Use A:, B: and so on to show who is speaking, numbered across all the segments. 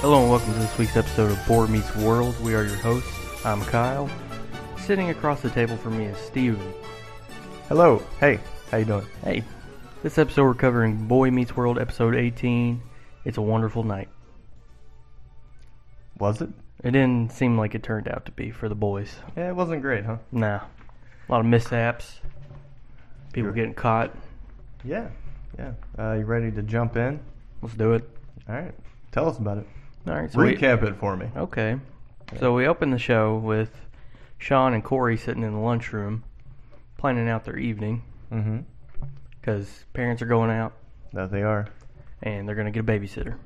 A: Hello and welcome to this week's episode of Board Meets World. We are your hosts. I'm Kyle. Sitting across the table from me is Steven.
B: Hello. Hey, how you doing?
A: Hey, this episode we're covering Boy Meets World episode 18. It's a wonderful night.
B: Was it?
A: It didn't seem like it turned out to be for the boys.
B: Yeah, it wasn't great, huh?
A: Nah. A lot of mishaps. People
B: Sure.
A: getting caught.
B: Yeah. Yeah. Uh, you ready to jump in?
A: Let's do it.
B: All right. Tell us about it.
A: All right. So we-
B: Recap it for me.
A: Okay. So we open the show with Sean and Corey sitting in the lunchroom planning out their evening
B: Mm-hmm.
A: because parents are going out
B: That they are.
A: and they're going to get a babysitter.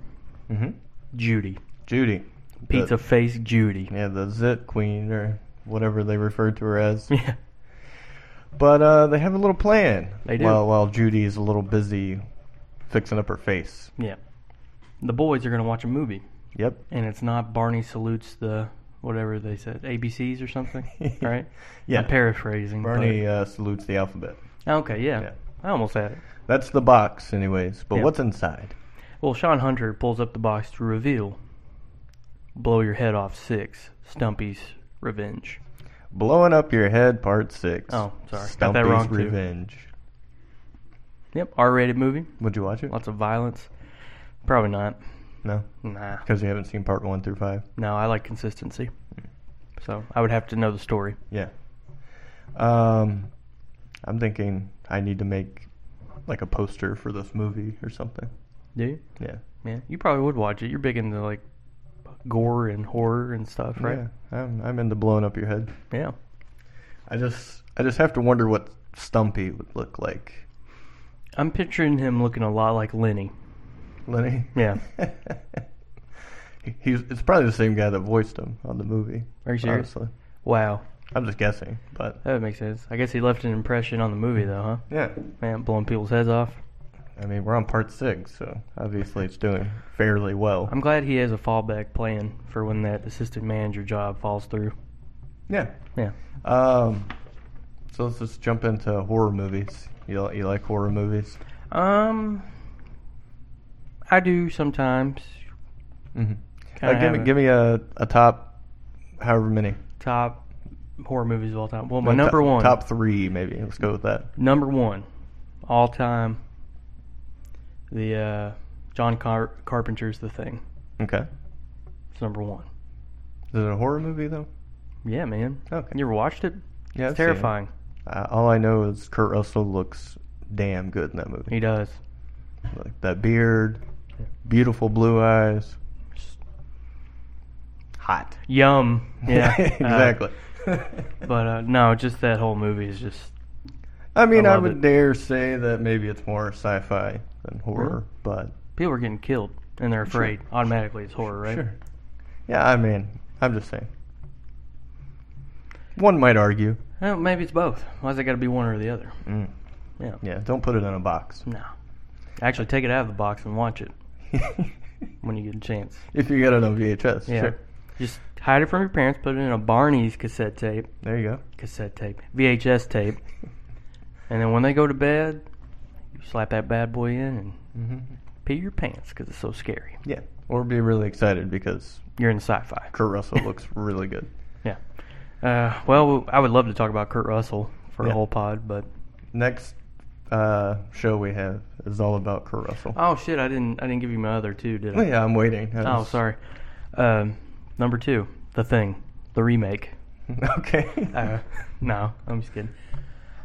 B: Mm-hmm.
A: Judy.
B: Judy.
A: Pizza face Judy.
B: The, yeah, the zit queen or whatever they refer to her as.
A: Yeah.
B: but uh, they have a little plan.
A: They do.
B: While while Judy is a little busy fixing up her face.
A: Yeah. The boys are going to watch a movie
B: Yep.
A: and it's not Barney salutes the whatever they said, ABCs or something, right?
B: Yeah.
A: I'm paraphrasing. but-
B: Bernie uh, salutes the alphabet.
A: Okay, yeah.
B: Yeah.
A: I almost had it.
B: That's the box, anyways. But
A: Yeah.
B: what's inside?
A: Well, Sean Hunter pulls up the box to reveal Blow Your Head Off 6, Stumpy's Revenge.
B: Blowing up your head, part six.
A: Oh, sorry. Got that
B: Stumpy's
A: wrong, too.
B: Revenge.
A: Yep, R rated movie.
B: Would you watch it?
A: Lots of violence. Probably not.
B: No,
A: Nah.
B: because you haven't seen part one through five.
A: No, I like consistency.
B: Hmm.
A: So I would have to know the story.
B: Yeah. Um, I'm thinking I need to make like a poster for this movie or something.
A: Do you?
B: Yeah.
A: Yeah. You probably would watch it. You're big into like gore and horror and stuff, right?
B: Yeah. I'm I'm into blowing up your head.
A: Yeah.
B: I just I just have to wonder what Stumpy would look like.
A: I'm picturing him looking a lot like Lenny.
B: Lenny.
A: Yeah.
B: He- He's it's probably the same guy that voiced him on the movie.
A: Are you serious?
B: Honestly.
A: Wow.
B: I'm just guessing, but
A: That makes sense. I guess he left an impression on the movie though, huh?
B: yeah.
A: Man, blowing people's heads off.
B: I mean, we're on part six, so obviously it's doing fairly well.
A: I'm glad he has a fallback plan for when that assistant manager job falls through.
B: yeah.
A: Yeah.
B: Um, so let's just jump into horror movies. You, li- you like horror movies?
A: Um I do sometimes
B: Mm-hmm.
A: Kinda
B: give me
A: have a-
B: give me a, a top, however many.
A: top horror movies of all time. Well, my
B: No,
A: number
B: top,
A: one.
B: Top three, maybe. Let's go with that.
A: Number one, all time. The uh, John Car- Carpenter's The Thing.
B: Okay.
A: It's number one.
B: Is it a horror movie though?
A: Yeah, man.
B: Okay.
A: You ever watched it? It's
B: Yeah. I've seen it.
A: terrifying.
B: Uh, all I know is Kurt Russell looks damn good in that movie.
A: He does.
B: Like that beard, beautiful blue eyes, hot.
A: Yum. Yeah. uh,
B: exactly.
A: but uh, no, just that whole movie is just.
B: I mean,
A: I
B: I,
A: love
B: would
A: it.
B: dare say that maybe it's more sci-fi than horror, but
A: People are getting killed and they're afraid. Automatically, it's horror, right?
B: Sure. Yeah, I mean, I'm just saying. One might argue. mm,
A: Well, maybe it's both. Why's it got to be one or the other? Yeah.
B: Yeah, don't put it in a box.
A: No. Actually, take it out of the box and watch it when you get a chance.
B: if you get it on VHS,
A: Yeah.
B: sure.
A: Just hide it from your parents, put it in a Barney's cassette tape.
B: There you go.
A: cassette tape, VHS tape, and then when they go to bed, you slap that bad boy in and
B: hmm
A: pee your pants because it's so scary.
B: Yeah, or be really excited because
A: You're in sci-fi.
B: Kurt Russell looks really good.
A: Yeah. Uh, well, I would love to talk about Kurt Russell for a
B: Yeah.
A: whole pod, but
B: Next uh, show we have is all about Kurt Russell.
A: oh shit, I didn't I didn't give you my other two, did
B: Oh,
A: I?
B: yeah, I'm waiting. I
A: Oh,
B: was-
A: sorry. Um, number two, The Thing, the remake.
B: okay.
A: Uh, no, I'm just kidding.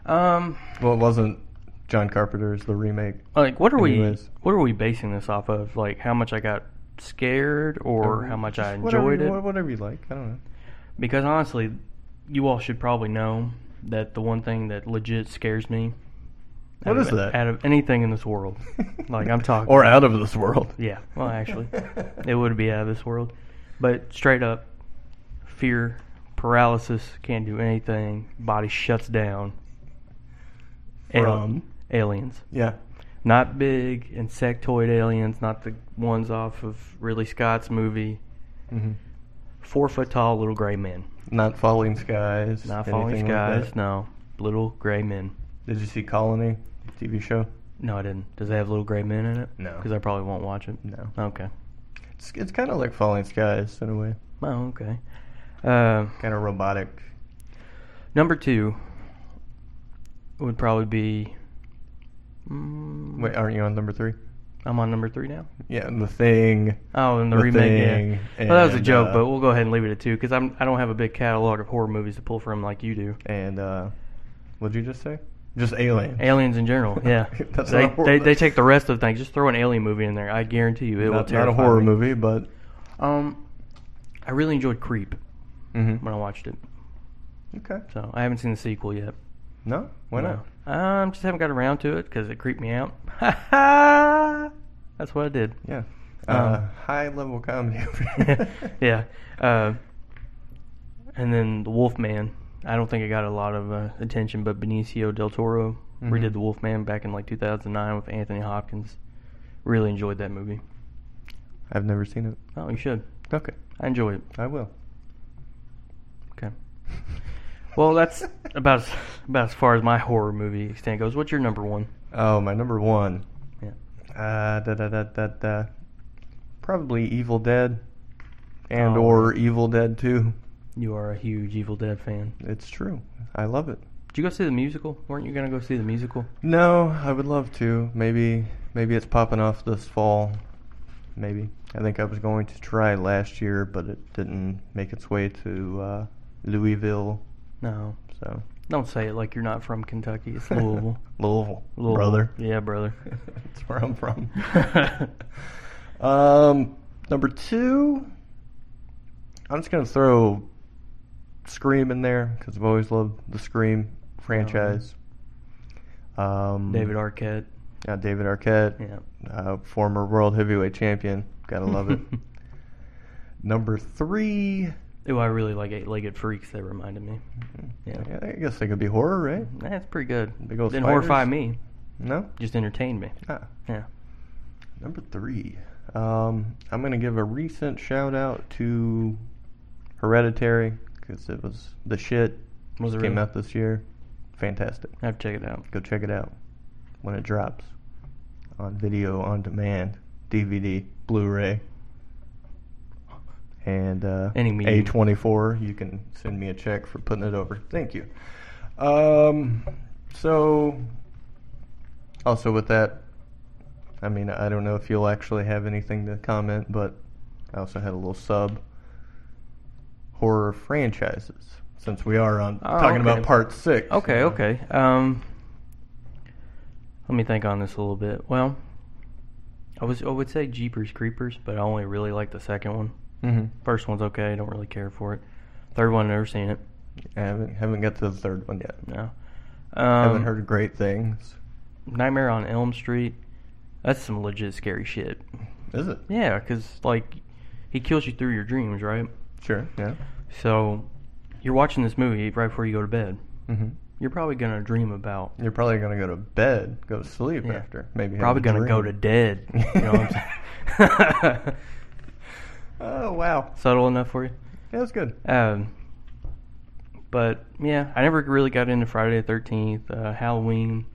A: Um,
B: well, it wasn't John Carpenter's the remake.
A: like what are
B: Anyways.
A: we what are we basing this off of? Like how much I got scared or how much I
B: Uh, Just
A: enjoyed
B: whatever
A: it?
B: you- Whatever you like. I don't know.
A: Because honestly, you all should probably know that the one thing that legit scares me
B: What
A: out
B: is
A: of,
B: that?
A: out of anything in this world. like I'm talking
B: or out of this world.
A: Yeah, well actually. it would be out of this world. But straight up fear, paralysis, can't do anything, body shuts down.
B: From?
A: aliens.
B: Yeah.
A: Not big insectoid aliens, not the ones off of Ridley Scott's movie.
B: Mm-hmm.
A: Four foot tall little gray men.
B: Not falling skies.
A: Not falling
B: anything like
A: skies,
B: that.
A: no. Little gray men.
B: Did you see Colony TV show?
A: No, I didn't. Does it have little gray men in it?
B: No.
A: Because I probably won't watch it.
B: No.
A: Okay.
B: It's, it's kind of like Falling Skies in a way,
A: Oh, okay. Uh,
B: kind of robotic.
A: number two would probably be. Mm,
B: Wait, aren't you on number three?
A: I'm on number three now.
B: Yeah, The Thing.
A: Oh, and the,
B: The
A: remake.
B: Thing
A: yeah. Well, that was a
B: and,
A: joke,
B: uh,
A: but we'll go ahead and leave it at two because I'm I don't have a big catalog of horror movies to pull from like you do.
B: And uh, what'd you just say? Just Alien.
A: Aliens in general, yeah.
B: That's
A: they,
B: not a horror
A: they,
B: mo-
A: they take the rest of the thing. Just throw an alien movie in there. I guarantee you it will
B: Not, not
A: terrify
B: a horror
A: me.
B: movie, but
A: Um, I really enjoyed Creep
B: mhm.
A: when I watched it.
B: okay.
A: So I haven't seen the sequel yet.
B: No, why
A: No.
B: not?
A: Um, just haven't got around to it because it creeped me out. That's what I did.
B: Yeah.
A: Um,
B: Uh, high level comedy. over here.
A: yeah. Uh, and then the Wolfman. I don't think it got a lot of uh, attention, but Benicio del Toro redid
B: Mhm.
A: the Wolfman back in like 2009 with Anthony Hopkins. Really enjoyed that movie.
B: I've never seen it.
A: Oh, you should.
B: Okay,
A: I enjoyed it.
B: I will.
A: Okay. Well, that's about as, about as far as my horror movie extent goes. What's your number one?
B: Oh, my number one.
A: Yeah.
B: Uh, da, da, da, da, da. Probably Evil Dead, and
A: Oh.
B: or Evil Dead Two.
A: You are a huge Evil Dead fan.
B: It's true. I love it.
A: Did you go see the musical? Weren't you gonna go see the musical?
B: No, I would love to. Maybe maybe it's popping off this fall. Maybe. I think I was going to try last year, but it didn't make its way to uh, Louisville.
A: No.
B: So
A: Don't say it like you're not from Kentucky. It's Louisville.
B: Louisville,
A: Louisville.
B: brother.
A: Yeah, brother.
B: That's where I'm from. um, number two, I'm just gonna throw Scream in there because I've always loved the Scream franchise. Um,
A: David Arquette.
B: yeah, David Arquette,
A: Yeah.
B: uh, former world heavyweight champion. Gotta love it. number three,
A: Ooh, I really like Eight Legged Freaks. That reminded me. Yeah.
B: I guess they could be horror, right?
A: That's pretty good.
B: Big old
A: Didn't
B: spiders?
A: horrify me.
B: No.
A: Just entertained me.
B: Ah.
A: Yeah.
B: Number three, um, I'm going to give a recent shout out to Hereditary because it was the shit.
A: Was it
B: came
A: really?
B: out this year. Fantastic.
A: I have to check it out.
B: Go check it out when it drops on video on demand, DVD, Blu-ray, and uh,
A: Any medium.
B: A24. You can send me a check for putting it over. Thank you. Um, so also with that, I mean, I don't know if you'll actually have anything to comment, but I also had a little sub horror franchises since we are on
A: Oh,
B: talking about
A: okay.
B: part six.
A: Okay,
B: Uh,
A: okay. Um, let me think on this a little bit. Well, I was I would say Jeepers Creepers, but I only really like the second one.
B: mhm.
A: First one's okay. I don't really care for it. Third one, I've never seen it.
B: I haven't haven't got to the third one yet.
A: No. Um,
B: haven't heard great things.
A: Nightmare on Elm Street. That's some legit scary shit.
B: Is it?
A: Yeah, because like he kills you through your dreams, right?
B: Sure. Yeah.
A: So you're watching this movie right before you go to bed.
B: hmm
A: You're probably gonna dream about.
B: You're probably gonna go to bed, go to sleep
A: Yeah.
B: after. Maybe have a
A: Probably gonna go to
B: dream.
A: dead. You know what I'm saying?
B: Oh wow,
A: Subtle enough for you.
B: yeah, that's good.
A: Um, but yeah, I never really got into Friday the Thirteenth, uh, Halloween.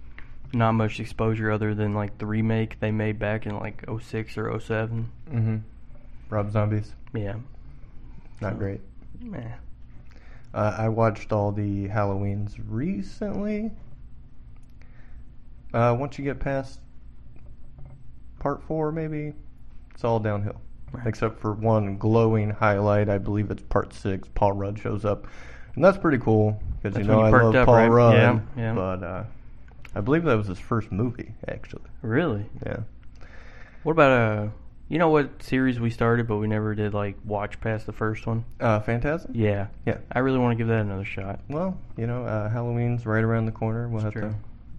A: Not much exposure other than like the remake they made back in like 06 or 07.
B: hmm Rob Zombies,
A: Yeah,
B: not
A: So-
B: great.
A: Meh.
B: Uh, I watched all the Halloweens recently. Uh, once you get past part four, maybe it's all downhill,
A: Right.
B: except for one glowing highlight. I believe it's part six. Paul Rudd shows up, and that's pretty cool because you
A: That's
B: know
A: when you
B: I
A: perked
B: love
A: up,
B: Paul
A: right?
B: Rudd.
A: Yeah, yeah.
B: But uh, I believe that was his first movie, actually.
A: Really?
B: Yeah.
A: What about uh? You know what series we started, but we never did like watch past the first one.
B: Uh, Phantasm.
A: Yeah,
B: Yeah.
A: I really want to give that another shot.
B: Well, you know, uh, Halloween's right around the corner. We'll have
A: It's true.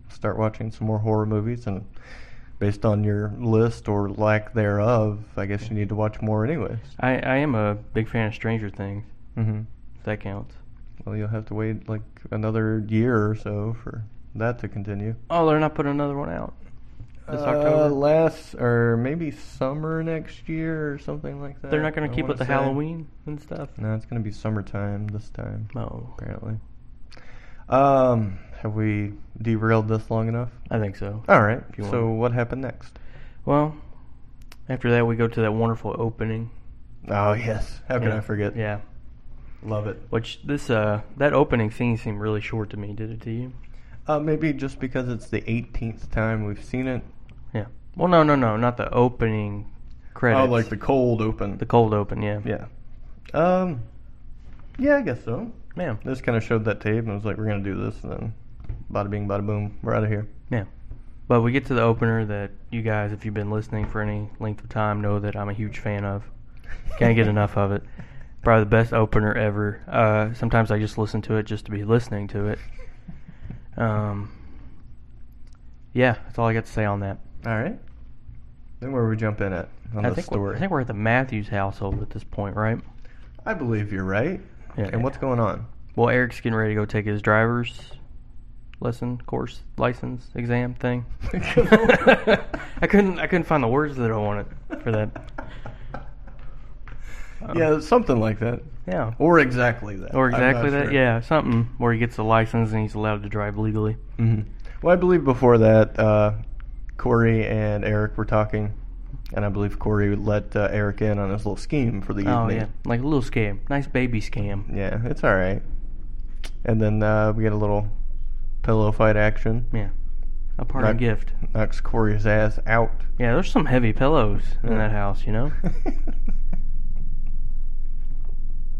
B: to start watching some more horror movies, and based on your list or lack thereof, I guess you need to watch more anyways.
A: I I am a big fan of Stranger Things.
B: Mm-hmm.
A: If that counts.
B: Well, you'll have to wait like another year or so for that to continue.
A: Oh, they're not putting another one out. This
B: Uh,
A: October?
B: last or maybe summer next year or something like that.
A: They're not going
B: Uh,
A: to
B: I
A: keep
B: wanna
A: up the
B: say.
A: Halloween Oh. and stuff.
B: No, it's going to be summertime this time.
A: No,
B: Apparently. Um, have we derailed this long enough?
A: I think so.
B: All right.
A: If you
B: So
A: want.
B: what happened next?
A: Well, After that, we go to that wonderful opening.
B: Oh yes, how could
A: Yeah.
B: I forget?
A: Yeah.
B: Love it.
A: Which this uh that opening scene seemed really short to me. Did it to you?
B: Uh, maybe just because it's the 18th time we've seen it.
A: Yeah. Well, no, no, no, not the opening credits.
B: Oh, like the cold open.
A: the cold open. Yeah.
B: yeah. Um. Yeah, I guess so.
A: Yeah.
B: This kind of showed that tape and was like, we're gonna do this, and then, bada bing, bada boom, we're out of here.
A: Yeah. But we get to the opener that you guys, if you've been listening for any length of time, know that I'm a huge fan of. Can't get enough of it. Probably the best opener ever. Uh, sometimes I just listen to it just to be listening to it. Um, yeah, that's all I got to say on that.
B: All right. Then where we jump in at on
A: I
B: the
A: think
B: story?
A: We're, I think we're at the Matthews household at this point, right?
B: I believe you're right.
A: Yeah.
B: And what's going on?
A: Well, Eric's getting ready to go take his driver's lesson, course, license, exam thing. I couldn't I couldn't find the words that I wanted for that. Um,
B: yeah, something like that.
A: Yeah.
B: Or exactly that.
A: Or
B: I'm not
A: exactly that.
B: sure.
A: Yeah, something where he gets a license and he's allowed to drive legally.
B: Mhm. Well, I believe before that, uh, Corey and Eric were talking, and I believe Corey let uh, Eric in on his little scheme for the
A: Oh yeah,
B: evening.
A: like a little scam, nice baby scam.
B: Yeah, it's all right. And then uh, we get a little pillow fight action.
A: Yeah, a parting
B: Right.
A: gift.
B: Knocks Corey's ass out.
A: Yeah, there's some heavy pillows in
B: Yeah.
A: that house, you know.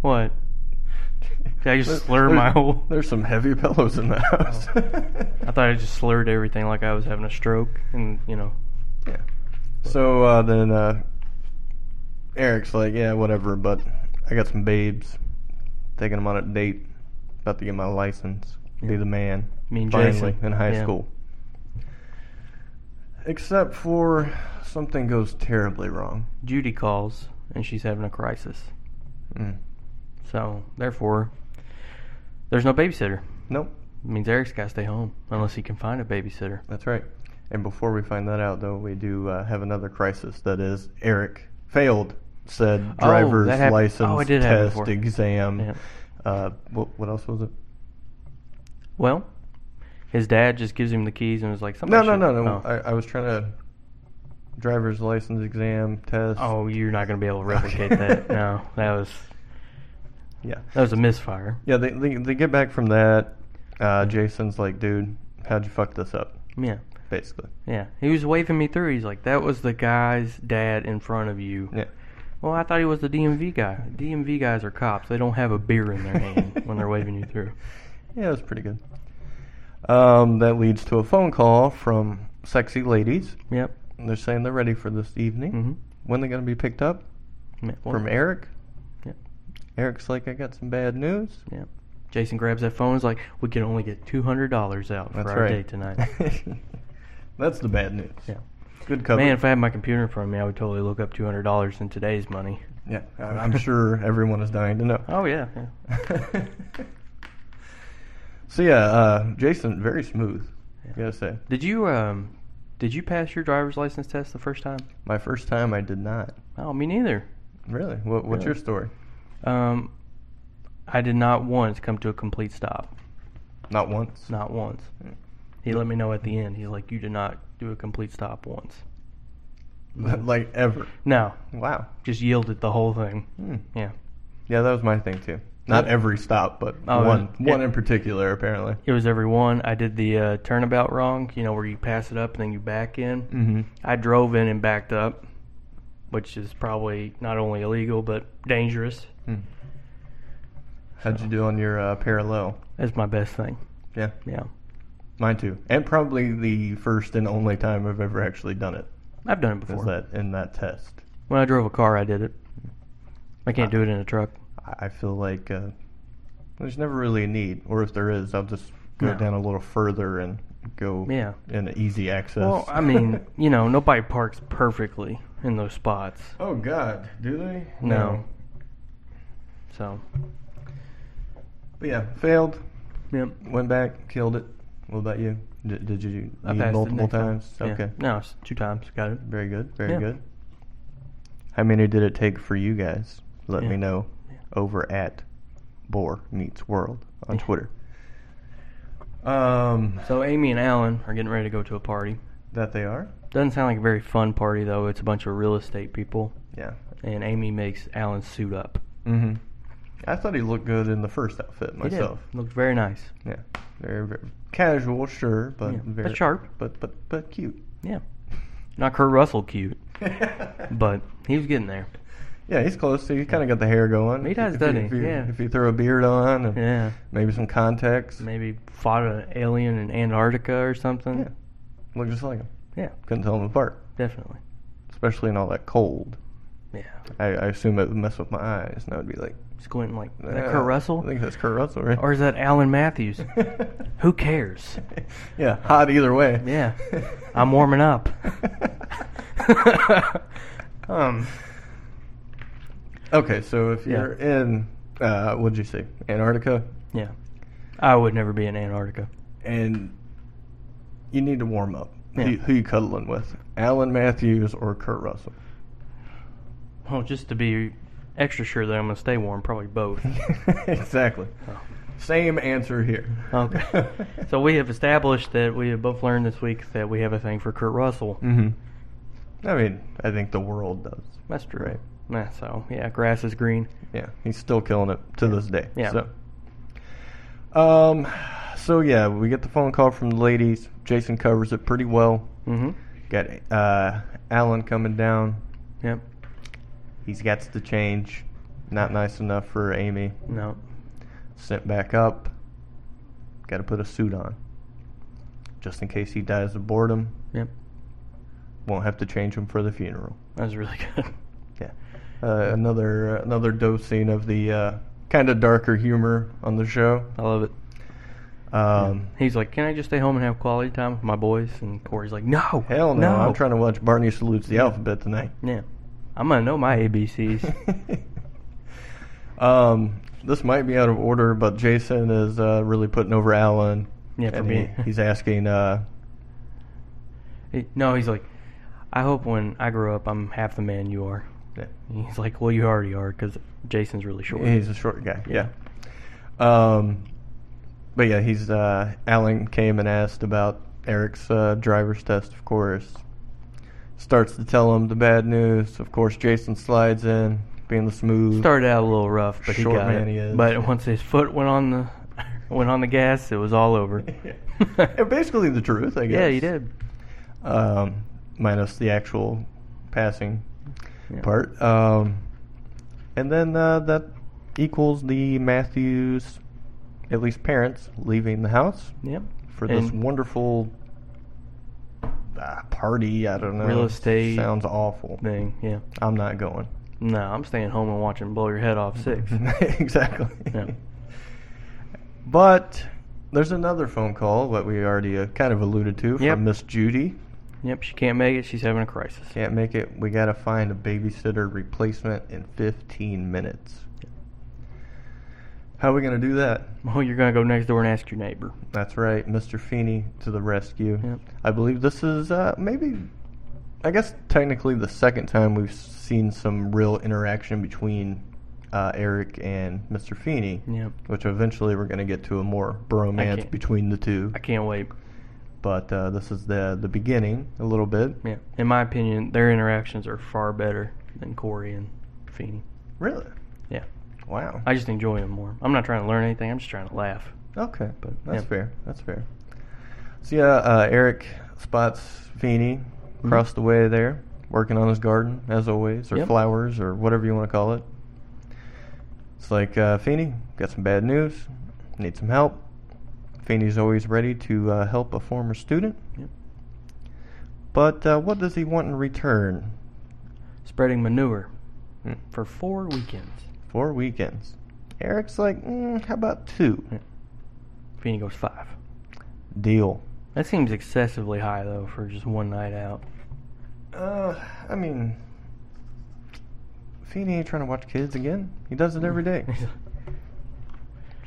A: What? Did I just
B: There-
A: slur
B: there's-
A: my whole- Oh.
B: There's some heavy pillows in the house.
A: I thought I just slurred everything like I was having a stroke, and you know,
B: Yeah. So uh, then uh, Eric's like, yeah, whatever, but I got some babes. Taking them on a date. About to get my license. Be
A: Yeah.
B: the man.
A: Me and
B: finally,
A: Jason.
B: in high
A: Yeah.
B: school. Except for something goes terribly wrong.
A: Judy calls and she's having a crisis.
B: Mm.
A: So therefore, there's no babysitter.
B: Nope,
A: means Eric's got to stay home unless he can find a babysitter.
B: that's right. And before we find that out, though, we do uh, have another crisis. That is, Eric failed said
A: Oh,
B: driver's
A: that hap-
B: license
A: oh, it did happen
B: test
A: before.
B: exam.
A: Yeah.
B: Uh, what, what else was it?
A: Well, his dad just gives him the keys and was like,
B: No,
A: "Somebody
B: no,
A: should-
B: no, no.
A: Oh.
B: I, I was trying to driver's license exam test.
A: Oh, you're not going to be able to replicate
B: Okay.
A: that. No, that was
B: yeah,
A: that was a misfire.
B: yeah. They they, they get back from that. Uh, Jason's like, dude, how'd you fuck this up?
A: Yeah,
B: Basically,
A: yeah. He was waving me through. He's like, "That was the guy's dad in front of you."
B: yeah.
A: Well, I thought he was the DMV guy. DMV guys are cops. They don't have a beer in their hand when they're waving you through.
B: Yeah, it was pretty good. Um, that leads to a phone call from sexy ladies.
A: Yep.
B: And They're saying they're ready for this evening.
A: Mhm.
B: When they gonna be picked up?
A: Yeah, well,
B: From Eric.
A: Yep.
B: Eric's like, I got some bad news.
A: Yep. Jason grabs that phone. He's like, "We can only get two hundred dollars out for
B: That's
A: our
B: right.
A: date tonight."
B: That's the bad news.
A: Yeah.
B: Good cover.
A: Man, if I had my computer in front of me, I would totally look up two hundred dollars in today's money.
B: Yeah, I- I'm sure everyone is dying to know.
A: Oh yeah, yeah.
B: so yeah, uh, Jason, very smooth.
A: Yeah.
B: Gotta say,
A: Did you um, did you pass your driver's license test the first time?
B: my first time I did not.
A: Oh, me neither.
B: Really? What,
A: Really?
B: what's your story?
A: Um, I did not once come to a complete stop.
B: Not once.
A: Not once. He let me know at the end. He's like, "You did not do a complete stop once."
B: like ever.
A: No,
B: Wow.
A: just yielded the whole thing.
B: Hmm.
A: Yeah,
B: Yeah, that was my thing too. Not
A: Yeah.
B: every stop, but
A: Oh,
B: one,
A: yeah.
B: one in particular, apparently.
A: it was every one. I did the uh, turnabout wrong. You know where you pass it up and then you back in.
B: Mm-hmm.
A: I drove in and backed up, which is probably not only illegal but dangerous.
B: Hmm. How'd you do on your uh, parallel?
A: That's my best thing.
B: Yeah,
A: Yeah,
B: mine too, and probably the first and only time I've ever actually done it
A: I've done it
B: is
A: before.
B: that in that test.
A: When I drove a car, I did it. I can't do it in a truck.
B: I I feel like uh, there's never really a need, or if there is, I'll just go
A: No.
B: down a little further and go
A: Yeah.
B: in easy access.
A: Well, I mean, you know, nobody parks perfectly in those spots.
B: oh God, do they?
A: No. So,
B: But yeah, failed.
A: yep.
B: Went back, killed it. What about you? D- did you
A: I
B: need
A: passed it
B: multiple
A: next time.
B: times?
A: Yeah.
B: Okay,
A: No, it's two times. Got it.
B: very good, very
A: Yeah.
B: good. How many did it take for you guys? Let
A: Yeah.
B: me know
A: Yeah.
B: over at Boar Meets World on
A: Yeah.
B: Twitter. Um,
A: So Amy and Alan are getting ready to go to a party.
B: that they are.
A: Doesn't sound like a very fun party though. It's a bunch of real estate people,
B: Yeah.
A: and Amy makes Alan suit up.
B: Mm-hmm. I thought he looked good in the first outfit
A: He did.
B: myself.
A: looked very nice.
B: Yeah. Very, very casual, sure, but
A: Yeah, but
B: very
A: sharp.
B: But but but cute.
A: Yeah, not Kurt Russell cute, but he was getting there.
B: Yeah, he's close. He's kind of got the hair going.
A: He
B: If
A: does,
B: you- if
A: doesn't
B: you-
A: he?
B: If you,
A: Yeah.
B: If you throw a beard on, and
A: Yeah,
B: maybe some contacts.
A: maybe fought an alien in Antarctica or something.
B: Yeah. Look just like him.
A: yeah
B: Couldn't tell him apart,
A: definitely.
B: especially in all that cold.
A: Yeah,
B: I, I assume it would mess with my eyes, and I would be like,
A: squinting like is
B: "Ah,
A: that Kurt Russell,
B: I think that's Kurt Russell, right?
A: or is that Alan Matthews? Who cares?
B: yeah, hot either way.
A: Yeah, I'm warming up. um,
B: Okay, so if
A: Yeah.
B: you're in, uh, what'd you say, Antarctica,
A: yeah, I would never be in Antarctica.
B: and you need to warm up,
A: Yeah.
B: who, who you cuddling with? Alan Matthews or Kurt Russell?
A: Well, just to be extra sure that I'm gonna stay warm, probably both.
B: exactly.
A: Oh.
B: Same answer here.
A: Okay. so we have established that we have both learned this week that we have a thing for Kurt Russell.
B: hmm I mean, I think the world does.
A: That's true.
B: Right.
A: Yeah, so yeah, grass is green.
B: Yeah, he's still killing it to this day.
A: Yeah.
B: So. Um, so yeah, we get the phone call from the ladies. Jason covers it pretty well.
A: Mm-hmm.
B: Got uh, Alan coming down.
A: Yep.
B: He's got the change. Not nice enough for Amy.
A: No.
B: Sent back up. Got to put a suit on. Just in case he dies of boredom.
A: Yep.
B: Won't have to change him for the funeral.
A: That was really good.
B: Yeah. Uh, another another dosing of the uh, kind of darker humor on the show.
A: I love it.
B: Um,
A: He's like, "Can I just stay home and have quality time with my boys?" And Corey's like, "No,
B: Hell no, I'm trying to watch Barney Salutes the Alphabet tonight.
A: Yeah, I'm gonna know my ABCs.
B: um, this might be out of order, but Jason is uh, really putting over Alan.
A: Yeah, for
B: and
A: being-
B: he, he's asking, uh,
A: He- no, he's like, "I hope when I grow up, I'm half the man you are."
B: yeah,
A: And he's like, "Well, you already are, because Jason's really short."
B: he's a short guy.
A: Yeah.
B: Yeah. Um, but yeah, he's uh, Alan came and asked about Eric's uh, driver's test, of course. Starts to tell him the bad news. Of course, Jason slides in, being the smooth.
A: Started out a little rough, but he
B: Short
A: got
B: man
A: it.
B: he is.
A: But once his foot went on the went on the gas, it was all over.
B: And basically the truth, I guess.
A: yeah, he did.
B: um, minus the actual passing
A: Yeah.
B: part. Um, and then uh, that equals the Matthews, at least parents, leaving the house
A: Yep.
B: for this
A: And-
B: wonderful uh, party. I don't know.
A: Real estate
B: sounds awful.
A: Thing. Yeah.
B: I'm not going.
A: No, I'm staying home and watching Blow Your Head Off Six.
B: exactly.
A: Yeah.
B: But there's another phone call that we already uh, kind of alluded to
A: Yep.
B: from Miss Judy.
A: yep. She can't make it. She's having a crisis.
B: Mm-hmm. Can't make it. We gotta find a babysitter replacement in 15 minutes. How are we gonna do that?
A: Oh, you're gonna go next door and ask your neighbor.
B: That's right, Mr. Feeney to the rescue.
A: Yep.
B: I believe this is uh, maybe, I guess technically the second time we've seen some real interaction between uh, Eric and Mr. Feeney,
A: Yep.
B: which eventually we're gonna get to a more bromance
A: can't-
B: between the two.
A: I can't wait.
B: But uh, this is the the beginning a little bit.
A: Yeah. In my opinion, their interactions are far better than Corey and Feeney.
B: Really?
A: Yeah.
B: Wow.
A: I just enjoy them more. I'm not trying to learn anything. I'm just trying to laugh.
B: Okay,
A: But,
B: that's
A: yeah.
B: fair. That's fair. So yeah, uh, Eric spots Feeney
A: Mm-hmm.
B: across the way there, working on his garden as always, or
A: Yep.
B: flowers, or whatever you want to call it. It's like uh, Feeney got some bad news, need some help. Feeney's always ready to uh, help a former student.
A: Yep.
B: But uh, what does he want in return?
A: Spreading manure
B: Hmm.
A: for four weekends.
B: Four weekends. Eric's like, mm, how about two?
A: Yeah. Feeney goes five.
B: Deal.
A: That seems excessively high though for just one night out.
B: Uh, I mean, Feeney ain't trying to watch kids again. He does it every day.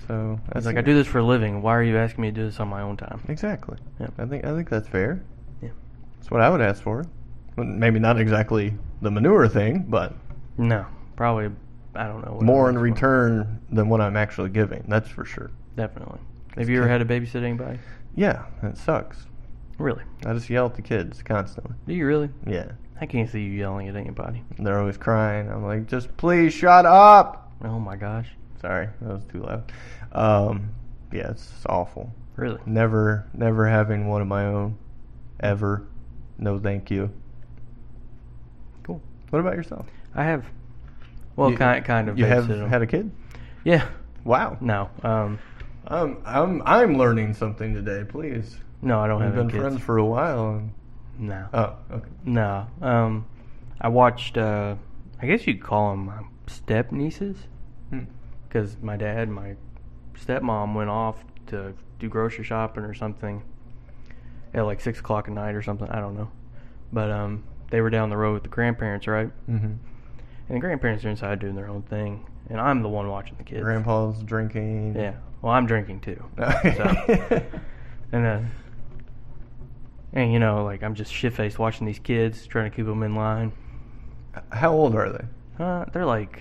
B: So
A: He's
B: that's
A: like, I do this for a living. Why are you asking me to do this on my own time?
B: exactly.
A: Yeah.
B: I think I think that's fair.
A: Yeah.
B: That's what I would ask for. Well, Maybe not exactly the manure thing, but
A: No, probably. I don't know. what
B: more
A: I'm
B: in
A: looking for.
B: return than what I'm actually giving. That's for sure.
A: Definitely. Have you ever had a babysit anybody?
B: Yeah, that sucks.
A: Really?
B: I just yell at the kids constantly.
A: Do you really?
B: Yeah.
A: I can't see you yelling at anybody.
B: And they're always crying. I'm like, just please shut up.
A: Oh my gosh.
B: Sorry, that was too loud. Um, yeah, it's awful.
A: Really?
B: Never, never having one of my own, ever. No, thank you.
A: Cool.
B: What about yourself?
A: I have. Well,
B: You-
A: kind kind of.
B: You have
A: babysitting.
B: had a kid?
A: Yeah.
B: Wow.
A: No. Um.
B: Um, I'm I'm learning something today. Please.
A: No, I don't
B: We've
A: have
B: been
A: any kids.
B: friends for a while. And,
A: No.
B: oh, okay.
A: No. Um. I watched. Uh. I guess you'd call them my step nieces,
B: Hmm.
A: because my dad and my stepmom went off to do grocery shopping or something at like six o'clock at night or something. I don't know. But um, they were down the road with the grandparents, right?
B: Mm-hmm.
A: And the grandparents are inside doing their own thing, and I'm the one watching the kids.
B: Grandpa's drinking.
A: Yeah. Well, I'm drinking too.
B: So.
A: And then, and you know, like I'm just shit faced watching these kids trying to keep them in line.
B: How old are they?
A: Uh, they're like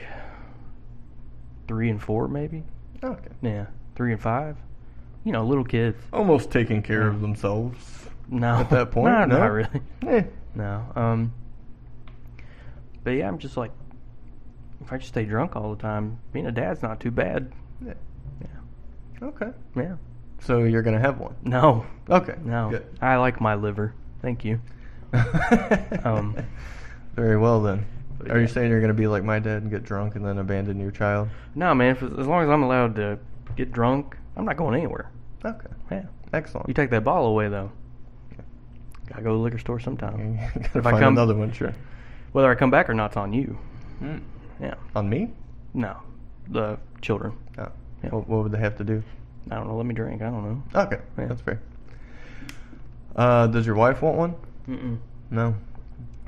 A: three and four, maybe.
B: Oh, okay.
A: Yeah, three and five. You know, little kids.
B: Almost taking care of themselves.
A: No,
B: At that point,
A: no,
B: Mm. no?
A: not really.
B: Eh.
A: No. Um. But yeah, I'm just like, if I just stay drunk all the time, being a dad's not too bad.
B: Yeah.
A: Yeah.
B: Okay.
A: Yeah.
B: So you're gonna have one.
A: No.
B: Okay.
A: No.
B: Good.
A: I like my liver. Thank you. Um,
B: Very well then.
A: But
B: Are you
A: yeah.
B: saying you're gonna be like my dad and get drunk and then abandon your child?
A: No, man. If, as long as I'm allowed to get drunk, I'm not going anywhere.
B: Okay.
A: Yeah.
B: Excellent.
A: You take that bottle away though.
B: Okay.
A: Gotta go to the liquor store sometime.
B: You gotta
A: If I
B: find
A: come-
B: another one, sure.
A: Whether I come back or not's on you.
B: Mm.
A: Yeah.
B: On me?
A: No. The children.
B: Oh.
A: Yeah.
B: What, what would they have to do?
A: I don't know. Let me drink. I don't know.
B: Okay,
A: Yeah.
B: that's fair. Uh, does your wife want one?
A: Mm-mm.
B: No,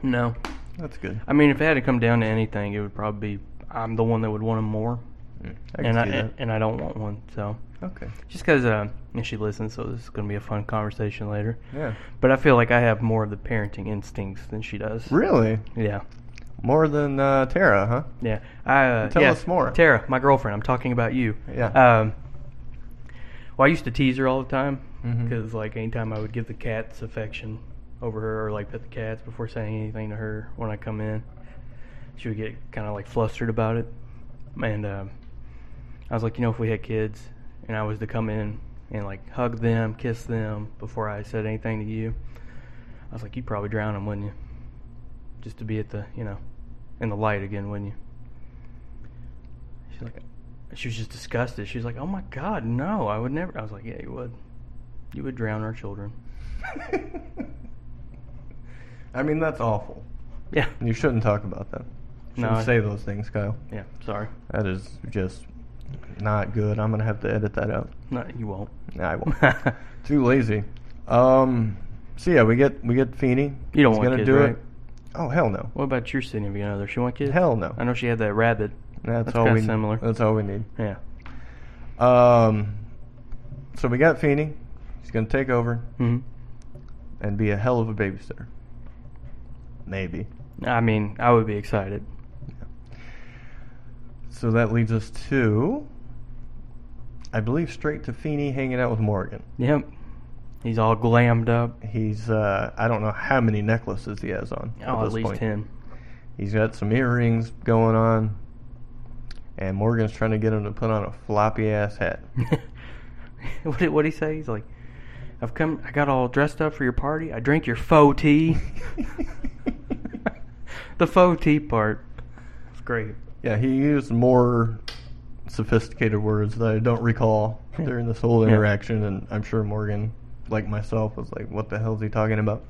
A: No.
B: that's good.
A: I mean, if it had to come down to anything, it would probably be I'm the one that would want him more,
B: Mm, I can
A: and I
B: see that.
A: and I don't want one. So
B: okay,
A: just because uh, and she listens, so this is gonna be a fun conversation later.
B: yeah.
A: But I feel like I have more of the parenting instincts than she does.
B: Really,
A: Yeah.
B: more than uh, Tara, huh?
A: Yeah, I uh,
B: Tell
A: yeah,
B: us more.
A: Tara, my girlfriend. I'm talking about you.
B: Yeah.
A: Um, well, I used to tease her all the time
B: Mhm.
A: because, like, anytime I would give the cats affection over her or like pet the cats before saying anything to her when I come in, she would get kind of like flustered about it. And um, I was like, you know, if we had kids and I was to come in and like hug them, kiss them before I said anything to you, I was like, you'd probably drown them, wouldn't you? Just to be at the, you know, in the light again, wouldn't you? She's like, she was just disgusted. She was like, oh my God, no, I would never. I was like, yeah, you would. You would drown our children.
B: I mean, that's awful.
A: Yeah.
B: You shouldn't talk about that. You
A: No,
B: shouldn't
A: I-
B: say those things, Kyle.
A: Yeah, sorry.
B: That is just not good. I'm gonna have to edit that out.
A: No, you won't.
B: Nah, I won't. Too lazy. Um. So yeah, we get we get Feeney.
A: You don't
B: He's
A: want
B: gonna
A: kids,
B: do
A: right?
B: it. Oh hell no.
A: What about your significant other? She want kids?
B: Hell no.
A: I know she had that rabbit.
B: That's,
A: That's
B: all
A: kinda
B: we.
A: similar.
B: That's all we need.
A: Yeah.
B: Um. So we got Feeney. He's gonna take over
A: hmm
B: and be a hell of a babysitter. Maybe.
A: I mean, I would be excited.
B: So that leads us to, I believe, straight to Feeney hanging out with Morgan.
A: Yep. He's all glammed up.
B: He's uh, I don't know how many necklaces he has on.
A: Oh, at
B: this
A: least
B: point.
A: him.
B: He's got some earrings going on, and Morgan's trying to get him to put on a floppy ass hat.
A: what did what he say? He's like, I've come. I got all dressed up for your party. I drank your faux tea. the faux tea part. It's great.
B: Yeah, he used more sophisticated words that I don't recall
A: Yeah.
B: during this whole
A: Yeah.
B: interaction, and I'm sure Morgan, like myself, was like, "What the hell is he talking about?"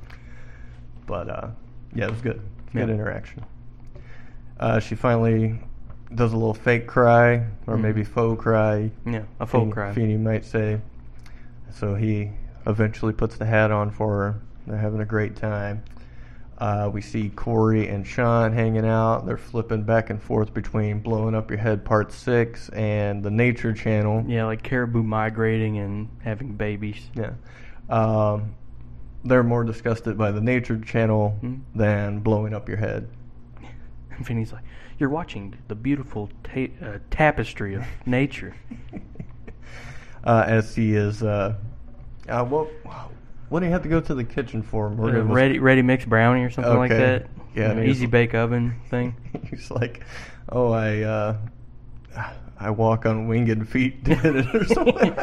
B: But uh, yeah, it was good. Good
A: Yeah.
B: interaction. Uh, she finally does a little fake cry, or
A: Mhm.
B: maybe faux cry.
A: Yeah, a faux
B: Feeney-
A: cry.
B: Feeney might say. So he eventually puts the hat on for her. They're having a great time. Uh, we see Corey and Sean hanging out. They're flipping back and forth between Blowing Up Your Head Part 6 and the Nature Channel.
A: Yeah, like caribou migrating and having babies.
B: Yeah. Um, they're more disgusted by the Nature Channel
A: Mhm.
B: than Blowing Up Your Head.
A: And Finney's like, "You're watching the beautiful ta- uh, tapestry of nature."
B: uh, as he is. Uh, uh, what, What do you have to go to the kitchen for?
A: A ready ready mix brownie or something like
B: Okay.
A: that.
B: Yeah, I
A: You know,
B: mean,
A: easy
B: it's-
A: bake oven thing.
B: He's like, oh, I uh, I walk on winged feet, did it or something.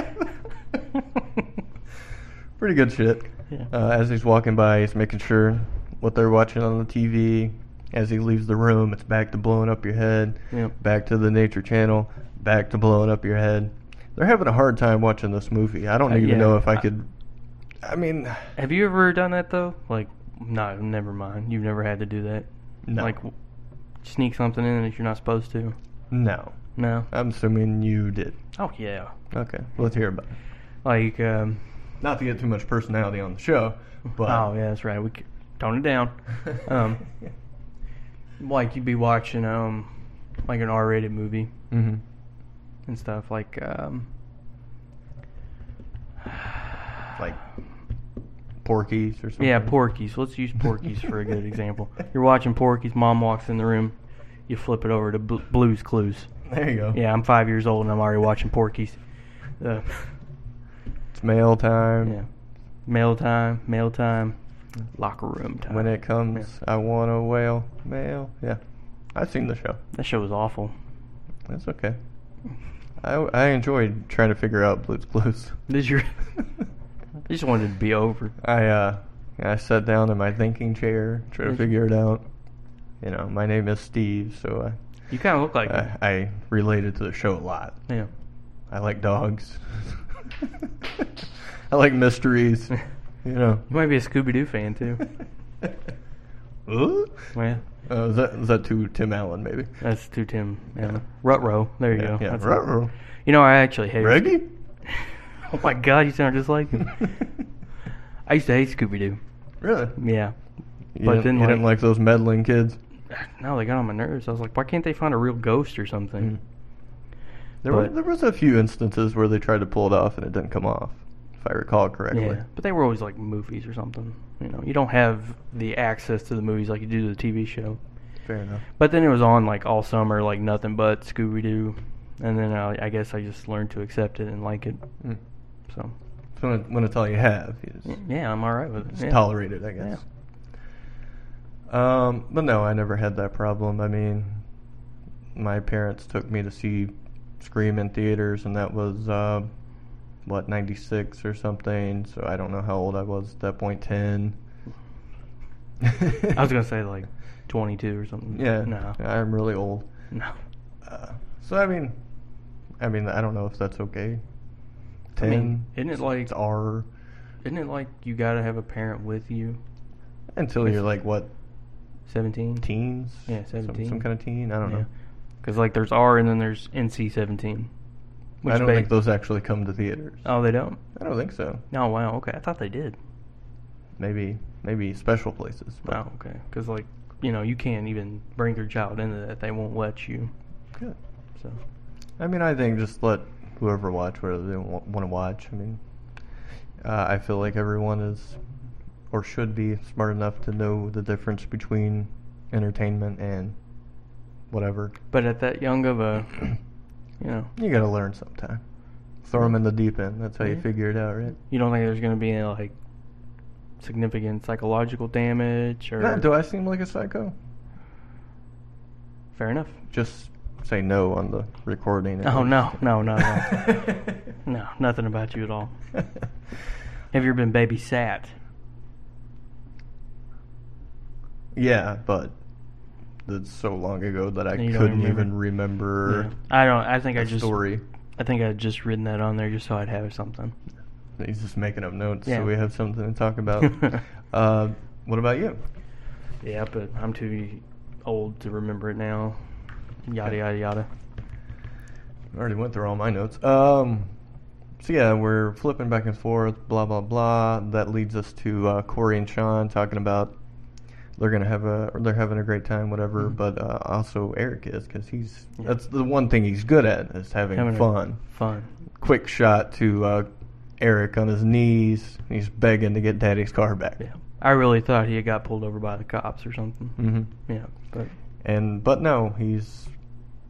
B: Pretty good shit.
A: Yeah.
B: Uh, as he's walking by, he's making sure what they're watching on the TV. As he leaves the room, it's back to blowing up your head.
A: Yep.
B: Back to the Nature Channel. Back to blowing up your head. They're having a hard time watching this movie. I don't
A: Uh,
B: even
A: yeah.
B: know if I
A: I-
B: could. I mean,
A: Have you ever done that though? Like, no, never mind. You've never had to do that.
B: no,
A: Like, w- sneak something in that you're not supposed to.
B: no.
A: No.
B: I'm assuming you did.
A: Oh yeah.
B: Okay, let's hear about it.
A: Like, um,
B: Not to get too much personality on the show, but
A: oh yeah, that's right. We c- tone it down. um, like you'd be watching um, like an R-rated movie
B: hmm
A: and stuff. Like, um,
B: like Porky's or something.
A: Yeah, Porky's. Let's use Porky's for a good example. You're watching Porky's. Mom walks in the room. You flip it over to Bl- Blue's Clues.
B: There you go.
A: Yeah, I'm five years old and I'm already watching Porky's. Uh,
B: It's mail time.
A: yeah, mail time, mail time, locker room time.
B: When it comes, I want a whale mail. Yeah, I've seen the show.
A: that show was awful.
B: That's okay. I I enjoyed trying to figure out Blue's Clues.
A: This year, I just wanted it to be over.
B: I uh I sat down in my thinking chair, try to
A: Yes.
B: figure it out. You know, my name is Steve, so
A: You kind of look
B: I
A: like him.
B: I, I related to the show a lot.
A: Yeah.
B: I like dogs. I like mysteries.
A: you
B: You know.
A: might be a Scooby Doo fan too.
B: Ooh?
A: Yeah,
B: Uh, is that is that to Tim Allen maybe?
A: that's to Tim. Yeah.
B: Yeah.
A: Rutro. There you
B: Yeah,
A: go.
B: yeah.
A: That's it.
B: Ruh-roh.
A: You know, I actually hated.
B: Reggie.
A: Oh my god, you sound just like him. I used to hate Scooby Doo.
B: really?
A: Yeah.
B: You,
A: But
B: didn't,
A: then,
B: you didn't
A: like-
B: like those meddling kids.
A: No, they got on my nerves. I was like, why can't they find a real ghost or
B: Mm.
A: something?
B: There were
A: But-
B: there was a few instances where they tried to pull it off and it didn't come off, if I recall correctly.
A: Yeah. But they were always like movies or something. You know, you don't have the access to the movies like you do to the TV show.
B: Fair enough.
A: But then it was on like all summer, like nothing but Scooby Doo. And then uh, I guess I just learned to accept it and like it.
B: Mm.
A: So,
B: So when, it- when it's all you have, you just,
A: y- yeah, I'm all right with it.
B: just
A: yeah.
B: tolerate it, I guess. Um, but no, I never had that problem. I mean, my parents took me to see Scream in theaters, and that was uh, what ninety six or something. So I don't know how old I was at that point. Ten.
A: I was going to say like 22 or something.
B: Yeah.
A: No.
B: I'm really old.
A: No.
B: Uh, so I mean, I mean, I don't know if that's okay.
A: I
B: Ten.
A: mean, isn't it like
B: it's R
A: isn't it like you got to have a parent with you?
B: until you're like what
A: 17?
B: teens?
A: Yeah,
B: Some- Some,
A: 17.
B: kind of teen. I don't know.
A: Because like there's R and then there's NC seventeen.
B: I don't
A: ba-
B: think those actually come to theaters.
A: Oh, they don't.
B: I don't think so.
A: Oh wow. Okay, I thought they did.
B: Maybe maybe special places. but-
A: Wow. Oh, Okay. Because like you know you can't even bring your child into that. They won't let you.
B: Good.
A: So
B: I mean, I think just let whoever watch whatever they want to watch. I mean, uh, I feel like everyone is or should be smart enough to know the difference between entertainment and whatever.
A: but at that young of a, you know,
B: You gotta learn sometime. Throw them in the deep end. That's how you
A: Yeah.
B: figure it out, right?
A: you don't think there's gonna be any like significant psychological damage or.
B: No, do I seem like a psycho?
A: Fair enough.
B: Just say no on the recording. at
A: Oh
B: least.
A: no no no no no nothing about you at all. Have you ever been babysat?
B: yeah, but that's so long ago that I
A: You don't
B: couldn't
A: remember.
B: even remember
A: Yeah. I don't. I think I
B: the
A: just.
B: story.
A: I think I just written that on there just so I'd have something.
B: He's just making up notes
A: Yeah.
B: so we have something to talk about. uh, what about you?
A: Yeah, but I'm too old to remember it now. Yada yada yada.
B: I already went through all my notes. Um, so yeah, we're flipping back and forth, blah blah blah. That leads us to uh, Corey and Sean talking about they're gonna have a or they're having a great time, whatever.
A: Mhm.
B: But uh, also Eric is because he's
A: Yeah.
B: that's the one thing he's good at is having,
A: Having a-
B: fun.
A: Fun.
B: Quick shot to uh, Eric on his knees. He's begging to get Daddy's car back.
A: Yeah. I really thought he had got pulled over by the cops or something.
B: hmm
A: Yeah, but
B: And but no, he's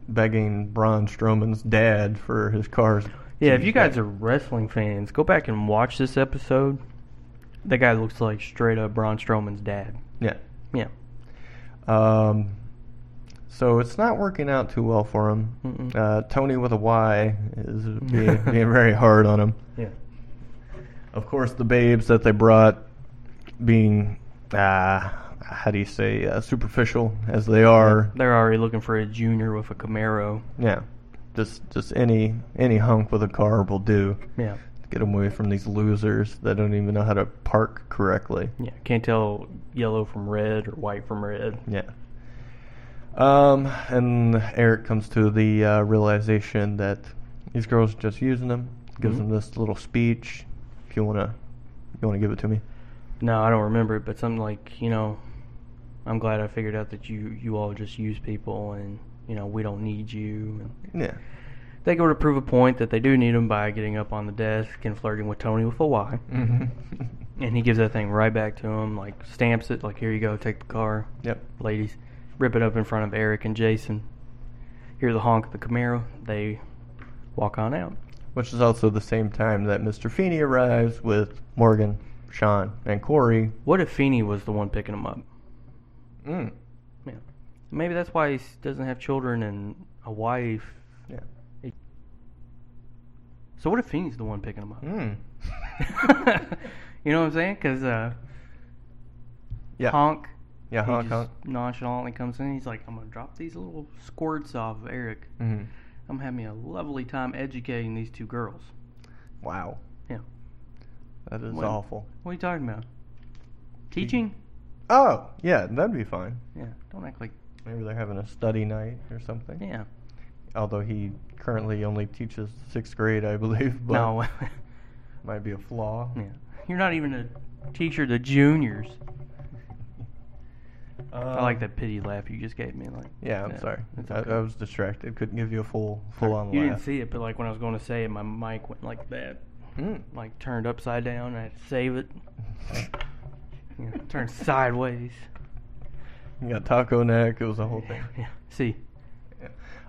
B: begging Braun Strowman's dad for his cars.
A: yeah, if you guys are wrestling fans, go back and watch this episode. That guy looks like straight up Braun Strowman's dad.
B: Yeah.
A: Yeah.
B: Um, so it's not working out too well for him.
A: Mm-mm.
B: Uh, Tony with a Y is being, being very hard on him.
A: Yeah.
B: Of course, the babes that they brought, being uh, how do you say uh, superficial as they are,
A: They're already looking for a junior with a Camaro.
B: yeah, just just any any hunk with a car will do.
A: Yeah.
B: Get them away from these losers that don't even know how to park correctly.
A: Yeah. Can't tell yellow from red or white from red.
B: Yeah. Um, and Eric comes to the uh, realization that these girls are just using him. Gives
A: Mhm.
B: him this little speech. If you wanna, you wanna give it to me.
A: No, I don't remember it, but something like, you know, I'm glad I figured out that you you all just use people and, you know, we don't need you. And
B: Yeah.
A: they go to prove a point that they do need him by getting up on the desk and flirting with Tony with a Y.
B: Mm. Mm-hmm.
A: And he gives that thing right back to him, like stamps it, like, here you go, take the car,
B: Yep.
A: ladies. Rip it up in front of Eric and Jason. Hear the honk of the Camaro. They walk on out.
B: Which is also the same time that Mr. Feeney arrives with Morgan, Sean, and Corey.
A: What if Feeney was the one picking him up?
B: Mm.
A: Yeah. Maybe that's why he s- doesn't have children and a wife.
B: Yeah.
A: So what if Feeney's the one picking him up?
B: Mm.
A: you know what I'm saying? Because uh,
B: Yeah.
A: Honk,
B: Yeah.
A: he
B: Hong
A: just
B: Kong.
A: nonchalantly comes in. He's like, I'm gonna drop these little squirts off of Eric.
B: Mm.
A: I'm having a lovely time educating these two girls.
B: Wow.
A: Yeah.
B: That is
A: When-
B: awful.
A: What are you talking about? Teaching?
B: Oh, yeah, that'd be fine.
A: Yeah. Don't act like.
B: Maybe they're having a study night or something.
A: Yeah.
B: although he currently only teaches sixth grade, I believe. But
A: No.
B: might be a flaw.
A: yeah. You're not even a teacher to juniors. I like that pity laugh you just gave me. Like.
B: Uh, Yeah, I'm sorry.
A: it's
B: I,
A: okay.
B: I was distracted. Couldn't give you a full, full on
A: You
B: laugh.
A: didn't see it, but like when I was going to say it, my mic went like that,
B: Mm.
A: like turned upside down. And I had to save it. You know, turned sideways.
B: you got taco neck. It was a whole thing.
A: Yeah. See.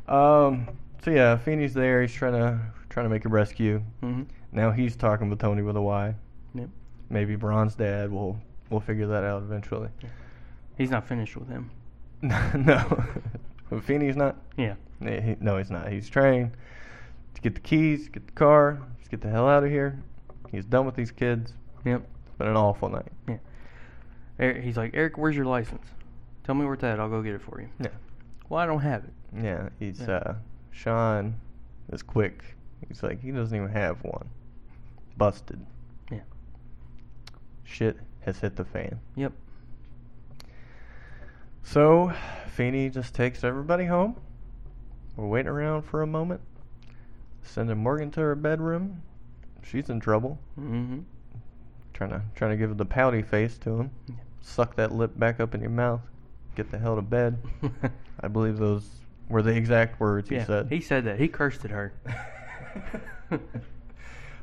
B: Um. So yeah, Feeney's there. He's trying to trying to make a rescue.
A: Mm-hmm.
B: Now he's talking with Tony with a Y.
A: Yep.
B: Maybe Bron's dad will will figure that out eventually.
A: He's not finished with him.
B: no, Feeney's not.
A: Yeah.
B: Yeah, he, no, he's not. He's trying to get the keys, get the car, just get the hell out of here. He's done with these kids.
A: Yep.
B: It's been an awful night.
A: Eric, Er, he's like, Eric, where's your license? Tell me where it's at. I'll go get it for you.
B: Yeah.
A: Well, I don't have it.
B: Yeah, he's
A: Yeah.
B: uh Sean is quick. He's like he doesn't even have one. Busted.
A: Yeah.
B: Shit has hit the fan.
A: Yep.
B: So Feeney just takes everybody home. We're waiting around for a moment. Sending Morgan to her bedroom. She's in trouble.
A: Mm-hmm.
B: Trying to trying to give the pouty face to him.
A: Yeah.
B: Suck that lip back up in your mouth. Get the hell to bed. I believe those were the exact words he
A: yeah.
B: said.
A: He said that. He cursed at her.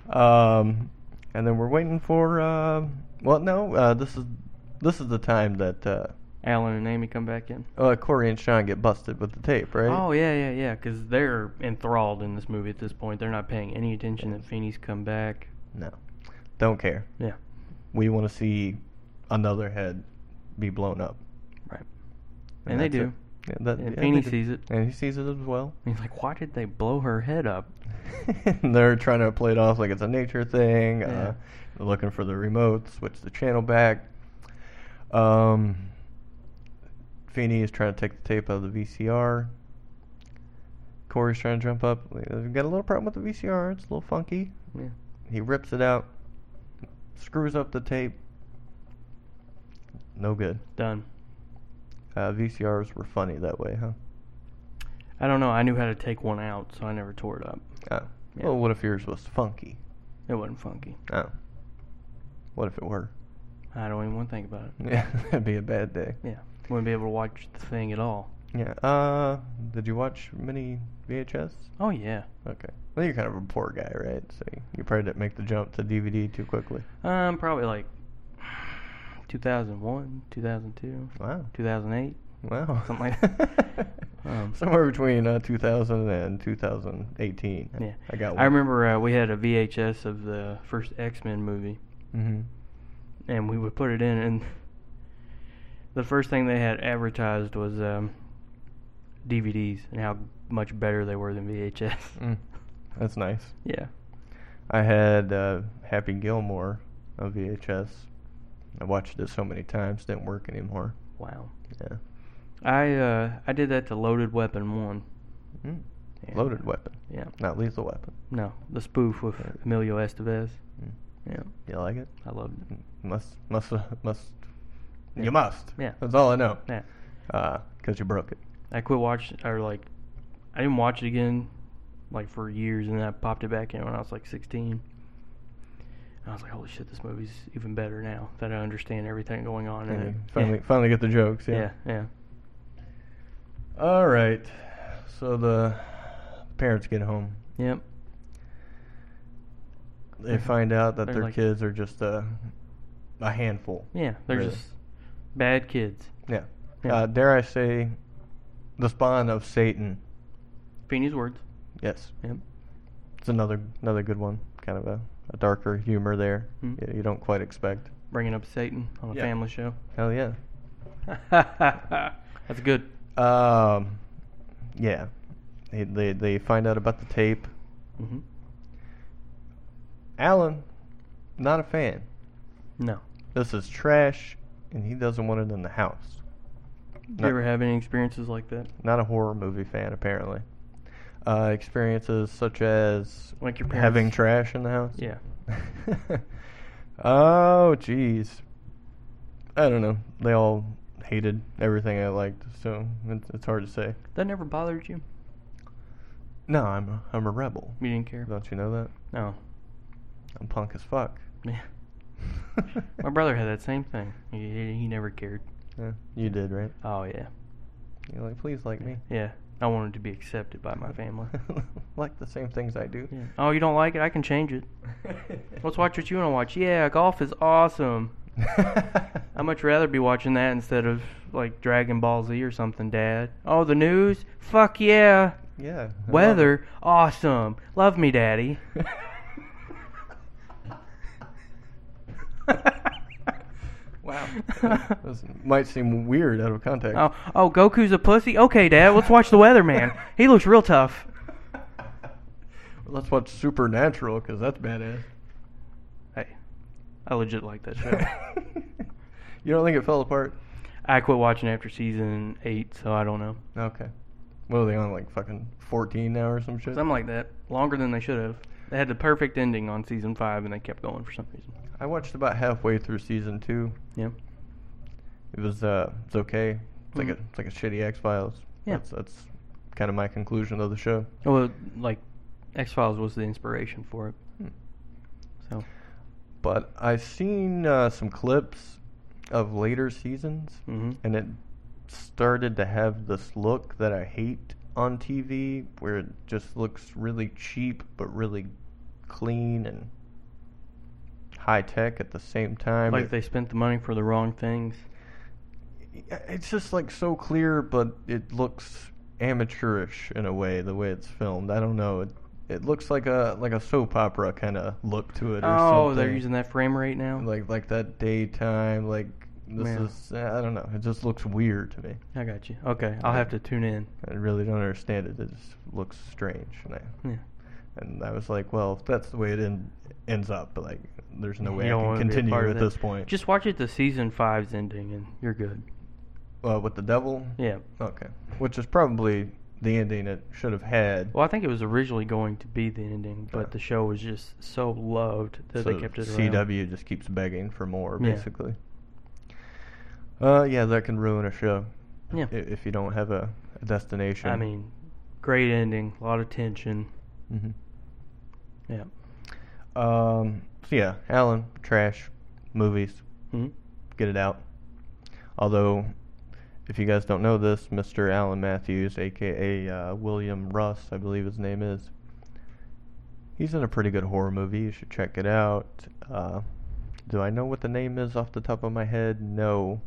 B: um, and then we're waiting for. Uh, well, no, uh, this is this is the time that uh,
A: Alan and Amy come back in.
B: uh, Corey and Sean get busted with the tape, right?
A: Oh yeah, yeah, yeah. Because they're enthralled in this movie at this point. They're not paying any attention that Feeney's come back.
B: No, don't care.
A: Yeah.
B: We want to see another head be blown up.
A: Right. And they
B: that's
A: do.
B: it. Yeah, that-
A: And
B: yeah, they
A: Feeney
B: do.
A: sees it.
B: And he sees it as well.
A: He's like, why did they blow her head up?
B: They're trying to play it off like it's a nature thing.
A: Yeah.
B: Uh, they're looking for the remote, switch the channel back. Um, Feeney is trying to take the tape out of the VCR. Corey's trying to jump up. We've got a little problem with the VCR. It's a little funky.
A: Yeah.
B: He rips it out, screws up the tape. No good.
A: Done.
B: Uh, VCRs were funny that way, huh?
A: I don't know. I knew how to take one out, so I never tore it up.
B: Oh.
A: Yeah.
B: Well, what if yours was funky?
A: It wasn't funky.
B: Oh. What if it were?
A: I don't even want to think about it.
B: Yeah, that'd be a bad day.
A: Yeah. Wouldn't be able to watch the thing at all.
B: Yeah. Uh, did you watch many VHS?
A: Oh yeah.
B: Okay. Well, you're kind of a poor guy, right? So you- you probably didn't make the jump to DVD too quickly.
A: Um, probably like 2001, 2002,
B: Wow.
A: 2008.
B: Wow.
A: Something like that. Um,
B: Somewhere between uh, 2000 and 2018.
A: Yeah. uh,
B: I got one.
A: I remember uh, we had a VHS of the first X Men movie,
B: Mm-hmm.
A: and we would put it in, and the first thing they had advertised was um, DVDs and how much better they were than VHS.
B: Mm, that's nice.
A: yeah,
B: I had uh, Happy Gilmore on VHS. I watched it so many times, didn't work anymore.
A: wow.
B: Yeah.
A: I uh, I did that to Loaded Weapon One.
B: Mm.
A: Yeah.
B: Loaded weapon,
A: Yeah.
B: not lethal weapon.
A: No, the spoof with
B: Yeah.
A: Emilio Estevez.
B: Mm.
A: Yeah,
B: You like it? Hmm.
A: I loved it.
B: Must, must, must.
A: Yeah.
B: You must.
A: Yeah.
B: That's all I know.
A: Yeah.
B: Because you broke it.
A: I quit watching, or like, I didn't watch it again, like for years, and then I popped it back in when I was like 16. And I was like, holy shit, this movie's even better now that I understand everything going on in
B: And
A: it.
B: you finally, finally get the jokes.
A: yeah. yeah, yeah.
B: All right. So the parents get home.
A: Yep.
B: They find out that
A: They're
B: their
A: like-
B: kids are just a, a handful.
A: Yeah, they're
B: Really.
A: just bad kids.
B: Yeah.
A: Yeah.
B: Uh, dare I say, the spawn of Satan.
A: Feeney's words.
B: Yes.
A: Yep.
B: It's another another good one. Kind of a, a darker humor there.
A: Mm.
B: You, you don't quite expect.
A: Bringing up Satan on a
B: Yeah.
A: family show.
B: Hell yeah.
A: That's good.
B: Um, yeah. They, they they find out about the tape.
A: hmm
B: Alan, not a fan.
A: No.
B: This is trash, and he doesn't want it in the house.
A: You ever have any experiences like that?
B: Not a horror movie fan, apparently. Uh, experiences such as
A: Like your parents?
B: having trash in the house.
A: Yeah.
B: oh, jeez. I don't know. They all hated everything I liked, so it's, it's hard to say.
A: That never bothered you?
B: No, I'm a, I'm a rebel.
A: You didn't care?
B: Don't you know that?
A: No.
B: I'm punk as fuck.
A: Yeah. My brother had that same thing. He, he he never cared.
B: Yeah, you did, right?
A: Oh yeah,
B: You're like, please like me.
A: yeah. I wanted to be accepted by my family.
B: like the same things I do.
A: Yeah. Oh, you don't like it? I can change it. Let's watch what you want to watch. Yeah, golf is awesome. I'd much rather be watching that instead of like Dragon Ball Z or something, Dad. Oh, the news? Fuck yeah.
B: Yeah. I love it.
A: Weather? Awesome. Love me, Daddy.
B: wow. This might seem weird out of context.
A: Oh, oh, Goku's a pussy. Okay, Dad, let's watch the Weatherman. He looks real tough.
B: Let's watch Supernatural because that's badass.
A: Hey, I legit like that show.
B: you don't think it fell apart?
A: I quit watching after season eight, so I don't know.
B: Okay. What are they on, like fucking 14 now or some shit?
A: Something like that. Longer than they should have. They had the perfect ending on season five, and they kept going for some reason.
B: I watched about halfway through season two.
A: Yeah.
B: It was uh, it's okay. It's like a
A: Mhm.
B: it's like a shitty X Files.
A: Yeah.
B: That's, that's kind of my conclusion of the show.
A: Well, like X Files was the inspiration for it.
B: Hmm.
A: So,
B: But I've seen uh, some clips of later seasons,
A: hmm
B: and it started to have this look that I hate on TV, where it just looks really cheap but really clean and high tech at the same time.
A: like
B: It-
A: they spent the money for the wrong things.
B: it's just like so clear, but it looks amateurish in a way. The way it's filmed, I don't know. It it looks like a like a soap opera kind of look to it. Or
A: Oh,
B: something.
A: they're using that frame rate now.
B: like like that daytime. Like this
A: Yeah.
B: is eh, I don't know. It just looks weird to me.
A: I got you. Okay, I'll have to tune in.
B: I really don't understand it. It just looks strange, and I
A: Yeah.
B: and I was like, well, if that's the way it en- ends up, like there's no way
A: You
B: I
A: don't
B: can
A: wanna be a
B: continue
A: part of
B: at
A: that.
B: this point.
A: Just watch it to season five's ending, and you're good.
B: uh, with the devil.
A: Yeah.
B: Okay, which is probably the ending it should have had.
A: Well, I think it was originally going to be the ending, but
B: Yeah.
A: the show was just so loved that they
B: So
A: kept it around.
B: CW just keeps begging for more,
A: Yeah.
B: basically. Uh, yeah, that can ruin a show.
A: Yeah.
B: i- If you don't have a, a destination.
A: I mean, great ending, a lot of tension.
B: Mhm.
A: Yeah.
B: Um. So yeah, Alan, trash, movies,
A: hmm
B: get it out. Although, if you guys don't know this, Mr. Alan Matthews, aka uh, William Russ, I believe his name is. He's in a pretty good horror movie. You should check it out. Uh, do I know what the name is off the top of my head? No.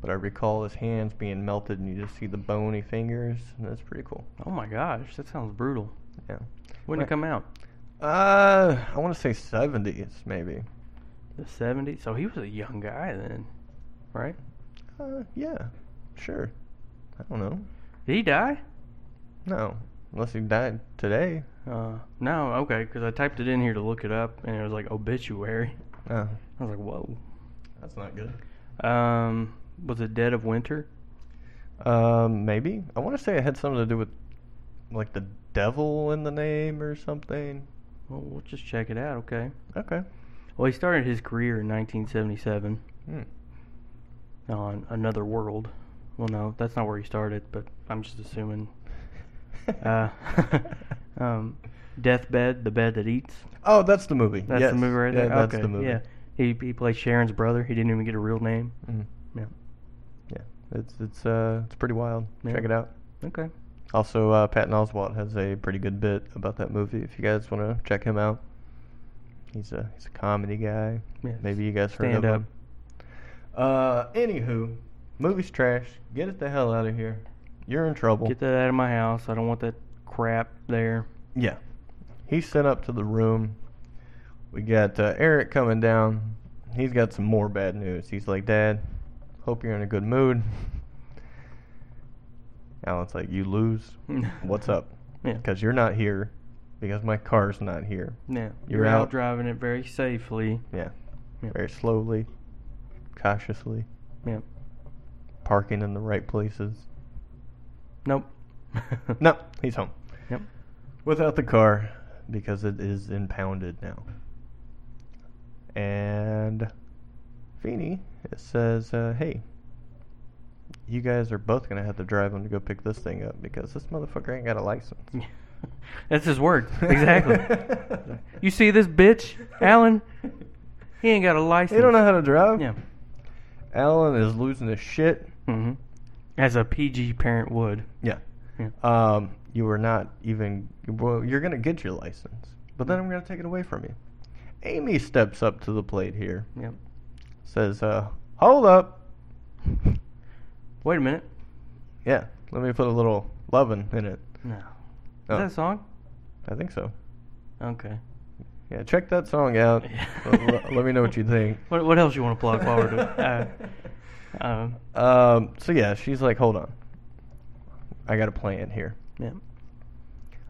B: But I recall his hands being melted and you just see the bony fingers. And that's pretty cool.
A: Oh my gosh, that sounds brutal.
B: Yeah.
A: When did it
B: Right.
A: come out?
B: Uh, I want to say 70s, maybe.
A: The 70s? So he was a young guy then, right?
B: Uh, yeah, sure. I don't know.
A: Did he die?
B: No, unless he died today.
A: Uh, no, okay, because I typed it in here to look it up, and it was like obituary.
B: Oh,
A: I was like, whoa.
B: that's not good.
A: Um, was it Dead of Winter?
B: Um, maybe I want to say it had something to do with like the devil in the name or something.
A: Well, we'll just check it out, okay?
B: Okay.
A: Well, he started his career in 1977
B: Hmm.
A: on Another World. Well, no, that's not where he started, but I'm just assuming. Uh, um, Deathbed, The Bed That Eats.
B: oh, that's the movie.
A: That's
B: Yes.
A: the movie right
B: Yeah,
A: there?
B: that's
A: okay,
B: the movie.
A: Yeah. He, he played Sharon's brother. He didn't even get a real name.
B: Mm.
A: Yeah.
B: Yeah. It's it's uh it's pretty wild.
A: Yeah.
B: Check it out.
A: Okay.
B: Also, uh, Patton Oswalt has a pretty good bit about that movie. If you guys want to check him out, he's a he's a comedy guy.
A: Yeah,
B: Maybe you guys heard
A: stand
B: of
A: up.
B: him. Uh, anywho, movie's trash. Get it the hell out of here. You're in trouble.
A: Get that out of my house. I don't want that crap there.
B: Yeah. He's sent up to the room. We got uh, Eric coming down. He's got some more bad news. He's like, Dad, hope you're in a good mood. Alan's like, You lose. What's up?
A: Yeah.
B: Because you're not here. Because my car's not here.
A: Yeah.
B: You're
A: You're, out.
B: out.
A: driving it very safely.
B: Yeah.
A: Yeah.
B: Very slowly, cautiously,
A: Yeah.
B: parking in the right places.
A: Nope.
B: No, he's home.
A: Yep.
B: Without the car, because it is impounded now. And Feeney says, uh, hey, you guys are both going to have to drive him to go pick this thing up because this motherfucker ain't got a license.
A: That's his word. Exactly. you see this bitch, Alan? He ain't got a license.
B: He don't know how to drive.
A: Yeah.
B: Alan is losing his shit.
A: hmm As a PG parent would.
B: Yeah.
A: Yeah.
B: Um, you are not even. Well, you're going to get your license, but then I'm going to take it away from you. Amy steps up to the plate here,
A: Yep.
B: says, uh, "Hold up,
A: Wait a minute.
B: yeah, let me put a little lovin' in it."
A: No. Is
B: Oh,
A: that a song?
B: I think so.
A: Okay.
B: Yeah, check that song out. L- Uh, l- let me know what you think.
A: What, what else you want to plug while we're doing uh, um,
B: Um, so yeah, she's like, "Hold on, I got a plan here."
A: yeah.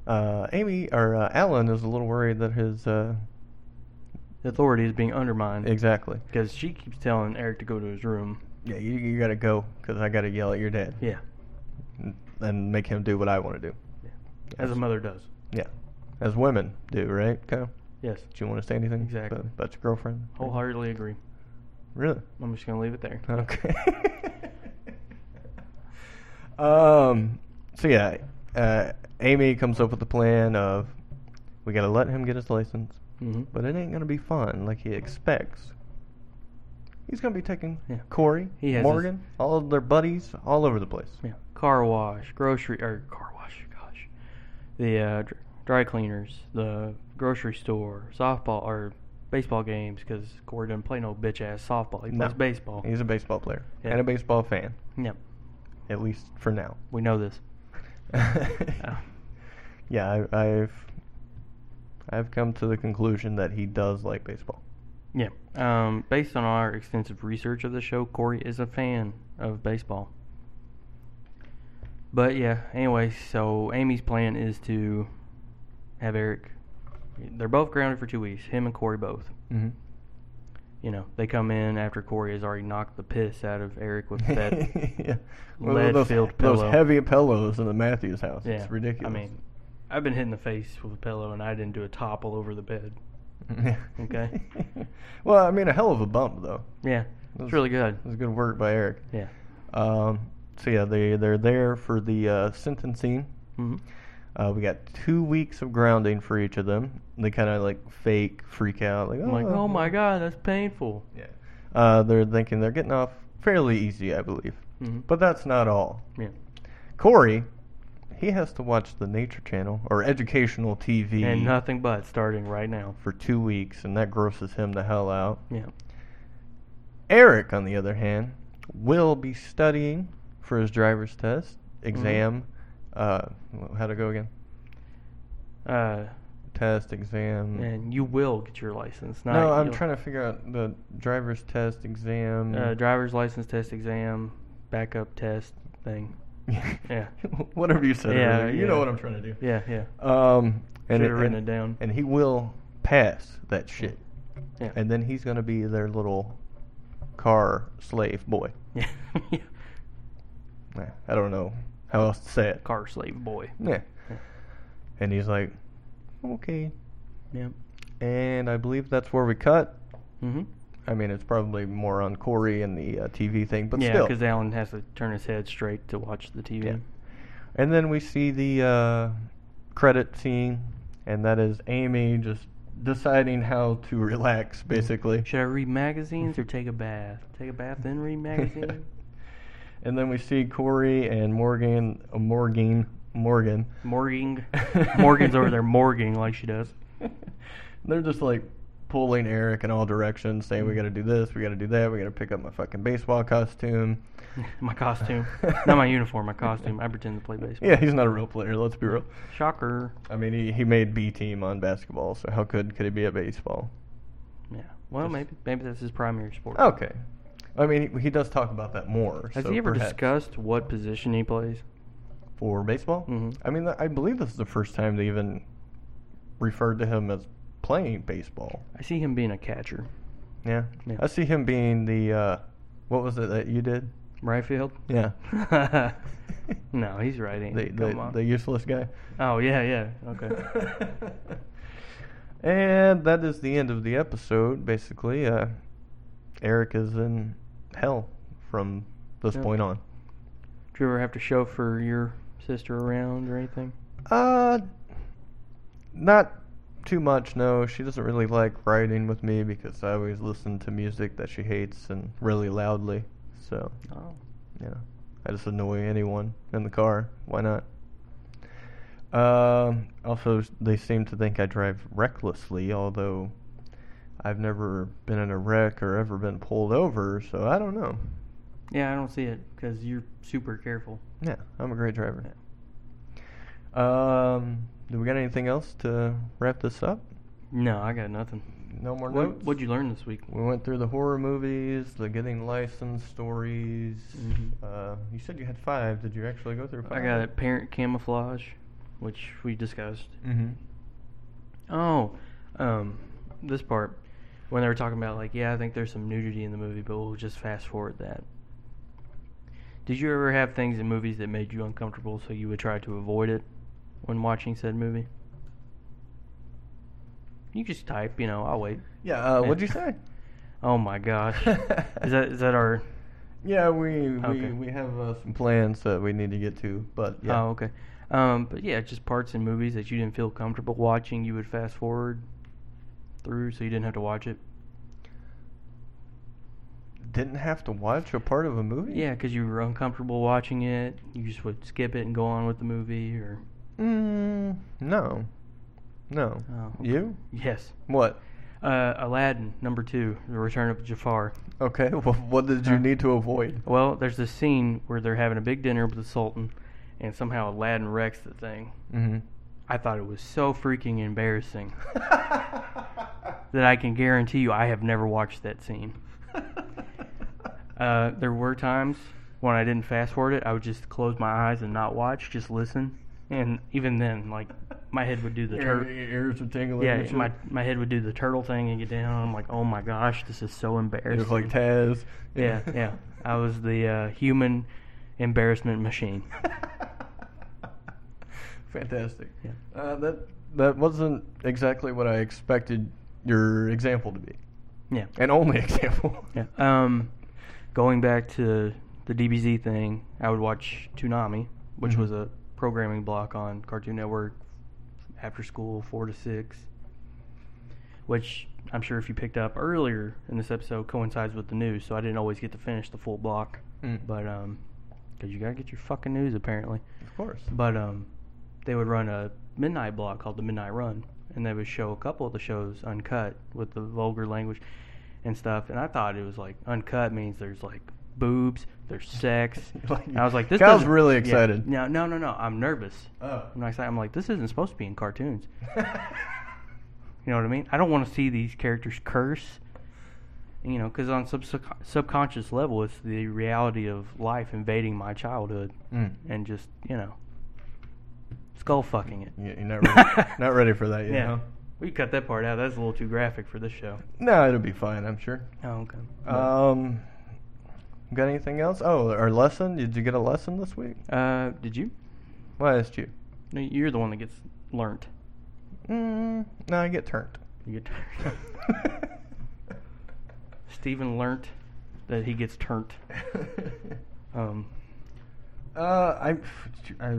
B: Uh, Amy or uh, Alan is a little worried that his uh,
A: Authority is being undermined.
B: exactly.
A: Because she keeps telling Eric to go to his room.
B: Yeah, you, you gotta go because I gotta yell at your dad.
A: Yeah.
B: n- and make him do what I want to do.
A: As a mother does.
B: Yeah, as women do, right? Kyle?
A: Yes.
B: Do you want to say anything
A: Exactly.
B: about, about your girlfriend?
A: Wholeheartedly agree.
B: Really?
A: I'm just going to leave it there.
B: Okay. um. So yeah, uh, Amy comes up with the plan of we gotta let him get his license,
A: hmm
B: but it ain't gonna be fun like he expects. He's gonna be taking
A: Yeah.
B: Corey,
A: He has his-
B: Morgan, all of their buddies all over the place.
A: Yeah. Car wash, grocery, or car wash, gosh. The uh, dr- dry cleaners, the grocery store, softball, or baseball games, because Corey doesn't play no bitch ass softball. He
B: No.
A: plays baseball.
B: He's a baseball player
A: Yeah.
B: and a baseball fan,
A: Yep.
B: at least for now.
A: We know this. Oh.
B: yeah, I, I've I've come to the conclusion that he does like baseball.
A: Yeah. Um, based on our extensive research of the show, Corey is a fan of baseball. But yeah, anyway, so Amy's plan is to have Eric. They're both grounded for two weeks, him and Corey both.
B: Mm-hmm.
A: You know, they come in after Corey has already knocked the piss out of Eric with that.
B: yeah, Well, those-
A: lead-filled pillow.
B: Those heavy pillows in the Matthews house.
A: yeah,
B: It's ridiculous.
A: I mean, I've been hit in the face with a pillow and I didn't do a topple over the bed.
B: Yeah.
A: okay.
B: well, I mean, a hell of a bump though.
A: Yeah,
B: Those-
A: it's really good.
B: It was good work by Eric.
A: Yeah.
B: Um, so yeah, they they're there for the uh, sentencing.
A: hmm
B: Uh, we got two weeks of grounding for each of them. They kind of like fake freak out, like,
A: I'm like, oh my god, that's painful.
B: Yeah. Uh, they're thinking they're getting off fairly easy, I believe.
A: hmm
B: But that's not all.
A: Yeah.
B: Corey, he has to watch the Nature Channel or educational TV
A: And nothing but starting right now.
B: for two weeks, and that grosses him the hell out.
A: Yeah.
B: Eric, on the other hand, will be studying for his driver's
A: Mm-hmm.
B: test exam. Uh, how to go again?
A: Uh,
B: test exam.
A: and you will get your license. Not
B: Mm. no, I'm trying to figure mm. out the driver's test exam.
A: uh, driver's license test exam, backup test thing. yeah.
B: Whatever you said.
A: Yeah,
B: earlier, You know
A: yeah.
B: what I'm trying to do.
A: Yeah, yeah,
B: Um, and
A: Should've written
B: and-
A: it down.
B: And he will pass that shit.
A: yeah.
B: And then he's going to be their little car slave boy.
A: yeah.
B: Yeah, I don't know how else to say it.
A: Car slave boy.
B: Yeah. And he's like, okay.
A: Yep.
B: And I believe that's where we cut.
A: Mhm.
B: I mean, it's probably more on Corey and the uh, TV thing, but
A: yeah,
B: still.
A: because Alan has to turn his head straight to watch the TV.
B: Yeah. And then we see the uh, credit scene, and that is Amy just deciding how to relax,
A: Mm-hmm.
B: basically.
A: Should I read magazines or take a bath? Take a bath then read magazines.
B: And then we see Corey and Morgan, uh, Morgan, Morgan.
A: Morgan. Morgan's over there morging like she does.
B: They're just like pulling Eric in all directions, saying, "We got to do this, we got to do that, we got to pick up my fucking baseball costume."
A: my costume, not my uniform. My costume. I pretend to play baseball.
B: Yeah, he's not a real player. Let's be real.
A: Shocker.
B: I mean, he, he made B team on basketball, so how good could he be at baseball?
A: Yeah. Well,
B: Just-
A: maybe maybe that's his primary sport.
B: Okay. I mean, he, he does talk about that more.
A: Has
B: so
A: he ever
B: perhaps-
A: discussed what position he plays?
B: for baseball?
A: Mhm.
B: I mean, I believe this is the first time they even referred to him as playing baseball.
A: I see him being a catcher.
B: Yeah.
A: Yeah.
B: I see him being the uh, what was it that you did?
A: Right field?
B: Yeah.
A: no, he's righty.
B: The
A: Come
B: the,
A: on.
B: the useless guy.
A: oh yeah, yeah. Okay.
B: and that is the end of the episode. Basically, uh, Eric is in hell from this
A: Yeah.
B: point on.
A: Do you ever have to chauffeur your sister around or anything?
B: Uh, not too much. No, she doesn't really like riding with me because I always listen to music that she hates and really loudly. So
A: Oh.
B: you know, I just annoy anyone in the car. Why not? Um, also, s- they seem to think I drive recklessly, although I've never been in a wreck or ever been pulled over, so I don't know.
A: Yeah, I don't see it because you're super careful.
B: Yeah, I'm a great driver. Um, do we got anything else to wrap this up?
A: No, I got nothing.
B: No more
A: What,
B: notes.
A: what'd you learn this week?
B: We went through the horror movies, the getting licensed stories.
A: Mhm.
B: Uh, you said you had five. Did you actually go through
A: I
B: five?
A: got parent camouflage, which we discussed.
B: Mm-hmm.
A: Oh, um, this part when they were talking about like, yeah, I think there's some nudity in the movie, but we'll just fast forward that. Did you ever have things in movies that made you uncomfortable, so you would try to avoid it when watching said movie? You just type, you know, I'll wait.
B: Yeah.
A: Yeah.
B: Uh, What'd you say?
A: Oh my gosh, is that is that our?
B: Yeah, we we,
A: Okay.
B: we have uh, some plans that we need to get to, but yeah.
A: Oh, okay. Um, but yeah, just parts in movies that you didn't feel comfortable watching, you would fast forward through, so you didn't have to watch it.
B: Didn't have to watch a part of a movie.
A: Yeah, because you were uncomfortable watching it. You just would skip it and go on with the movie, or
B: Mm, no. No.
A: Oh, okay.
B: You?
A: yes,
B: What?
A: uh, Aladdin number two, The Return of Jafar.
B: Okay. Well, what did you
A: Huh?
B: need to avoid?
A: Well, there's this scene where they're having a big dinner with the Sultan, and somehow Aladdin wrecks the thing.
B: Mm-hmm.
A: I thought it was so freaking embarrassing that I can guarantee you I have never watched that scene. Uh, there were times when I didn't fast forward it. I would just close my eyes and not watch, just listen. And even then, like my head would do the
B: Your-
A: turtle.
B: your ears are tingling.
A: Yeah,
B: and shit.
A: my my head would do the turtle thing and get down. I'm like, oh my gosh, this is so
B: It
A: embarrassing.
B: was like Taz.
A: yeah, yeah. I was the uh, human embarrassment machine.
B: Fantastic.
A: Uh, Yeah.
B: Uh, that that wasn't exactly what I expected your example to be,
A: Yeah,
B: and only example.
A: yeah. Um, going back to the DBZ thing, I would watch Toonami, which
B: Mhm.
A: was a programming block on Cartoon Network after school, four to six. Which I'm sure if you picked up earlier in this episode coincides with the news, so I didn't always get to finish the full block.
B: Mm.
A: But um, because you gotta get your fucking news apparently.
B: Of course.
A: But um, they would run a midnight block called the Midnight Run, and they would show a couple of the shows uncut with the vulgar language and stuff. And I thought it was like uncut means there's like boobs, there's sex.
B: Like,
A: And I was like, this.
B: Kyle's
A: doesn't-
B: really
A: yeah.
B: excited.
A: no, no, no, no. I'm nervous.
B: Oh.
A: I'm not excited. I'm like, this isn't supposed to be in cartoons. You know what I mean? I don't want to see these characters curse. You know, because on sub- sub- subconscious level, it's the reality of life invading my childhood
B: Mm.
A: and just you know, skull fucking it.
B: You- You're not ready, not ready for that yet.
A: Yeah.
B: huh?
A: We cut that part out. That's a little too graphic for this show.
B: No, it'll be fine. I'm sure.
A: Oh, okay.
B: Um, got anything else? Oh, our lesson. Did you get a lesson this week?
A: uh, did you?
B: Well, I asked you.
A: No, you're the one that gets learnt.
B: Mm, no, I get turned.
A: You get Stephen learnt that he gets turnt. Um,
B: uh, I, I,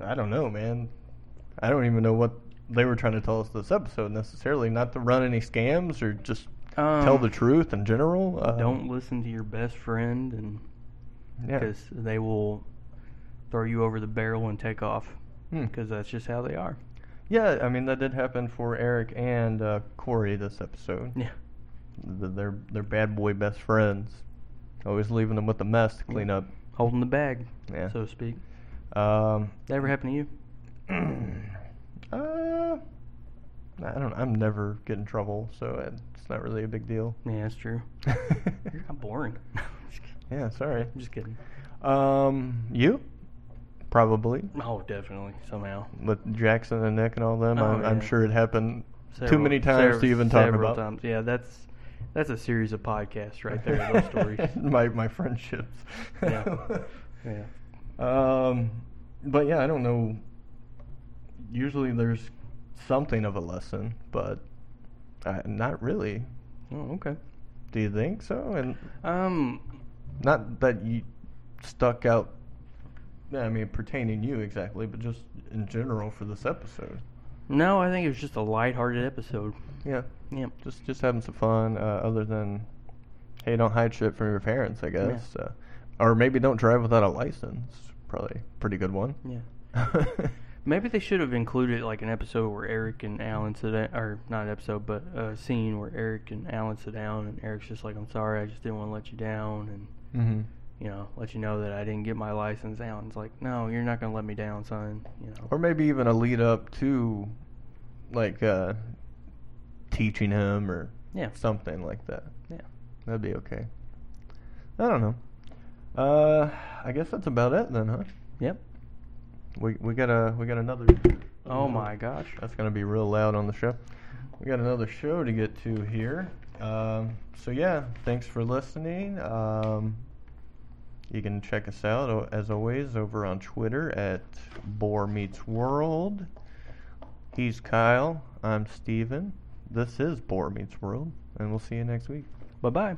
B: I don't know, man. I don't even know what they were trying to tell us this episode necessarily. Not to run any scams or just tell
A: um,
B: the truth in general. Uh,
A: Don't listen to your best friend, and
B: Yeah.
A: because they will throw you over the barrel and take off.
B: Hmm.
A: Because that's just how they are.
B: Yeah, I mean that did happen for Eric and uh, Corey this episode.
A: Yeah.
B: Th- They're they're bad boy best friends, always leaving them with the mess to clean up.
A: Holding the bag,
B: Yeah.
A: so to speak.
B: Um,
A: That ever happened to you?
B: uh, I don't. I'm never get in trouble, so it's not really a big deal.
A: Yeah, that's true. You're kind of boring. Just kidding.
B: yeah, sorry.
A: I'm just kidding.
B: Um, you probably
A: Oh, definitely. Somehow.
B: with Jackson and Nick and all them.
A: Oh,
B: I'm, I'm
A: yeah.
B: sure it happened too
A: Several-
B: many times to
A: several-
B: even talk
A: several
B: about.
A: Times. Yeah, that's that's a series of podcasts right there. Those stories.
B: my my friendships.
A: Yeah. Yeah.
B: Um, but yeah, I don't know. Usually there's something of a lesson, but uh, not really.
A: Oh, okay.
B: Do you think so? And
A: Um,
B: not that you stuck out. I mean, pertaining you exactly, but just in general for this episode.
A: no, I think it was just a lighthearted episode.
B: Yeah,
A: Yeah.
B: just just having some fun. Uh, other than, hey, don't hide shit from your parents, I
A: Yeah.
B: guess, uh, or maybe don't drive without a license. Probably a pretty good one.
A: Yeah. Maybe they should have included like an episode where Eric and Alan sit down, or not an episode, but a scene where Eric and Alan sit down, and Eric's just like, "I'm sorry, I just didn't want to let you down," and
B: hmm
A: you know, let you know that I didn't get my license. Alan's like, "No, you're not gonna let me down, son." You know.
B: or maybe even a lead up to like uh teaching him or
A: Yeah.
B: something like that
A: Yeah.
B: that'd be okay i don't know uh i guess that's about it then huh
A: Yep.
B: we we got a we got another
A: Oh my gosh.
B: that's gonna be real loud on the show we got another show to get to here um so yeah thanks for listening um you can check us out o- as always over on Twitter at Boar Meets World. He's Kyle. I'm Steven. This is Boar Meets World, and we'll see you next week.
A: Bye bye.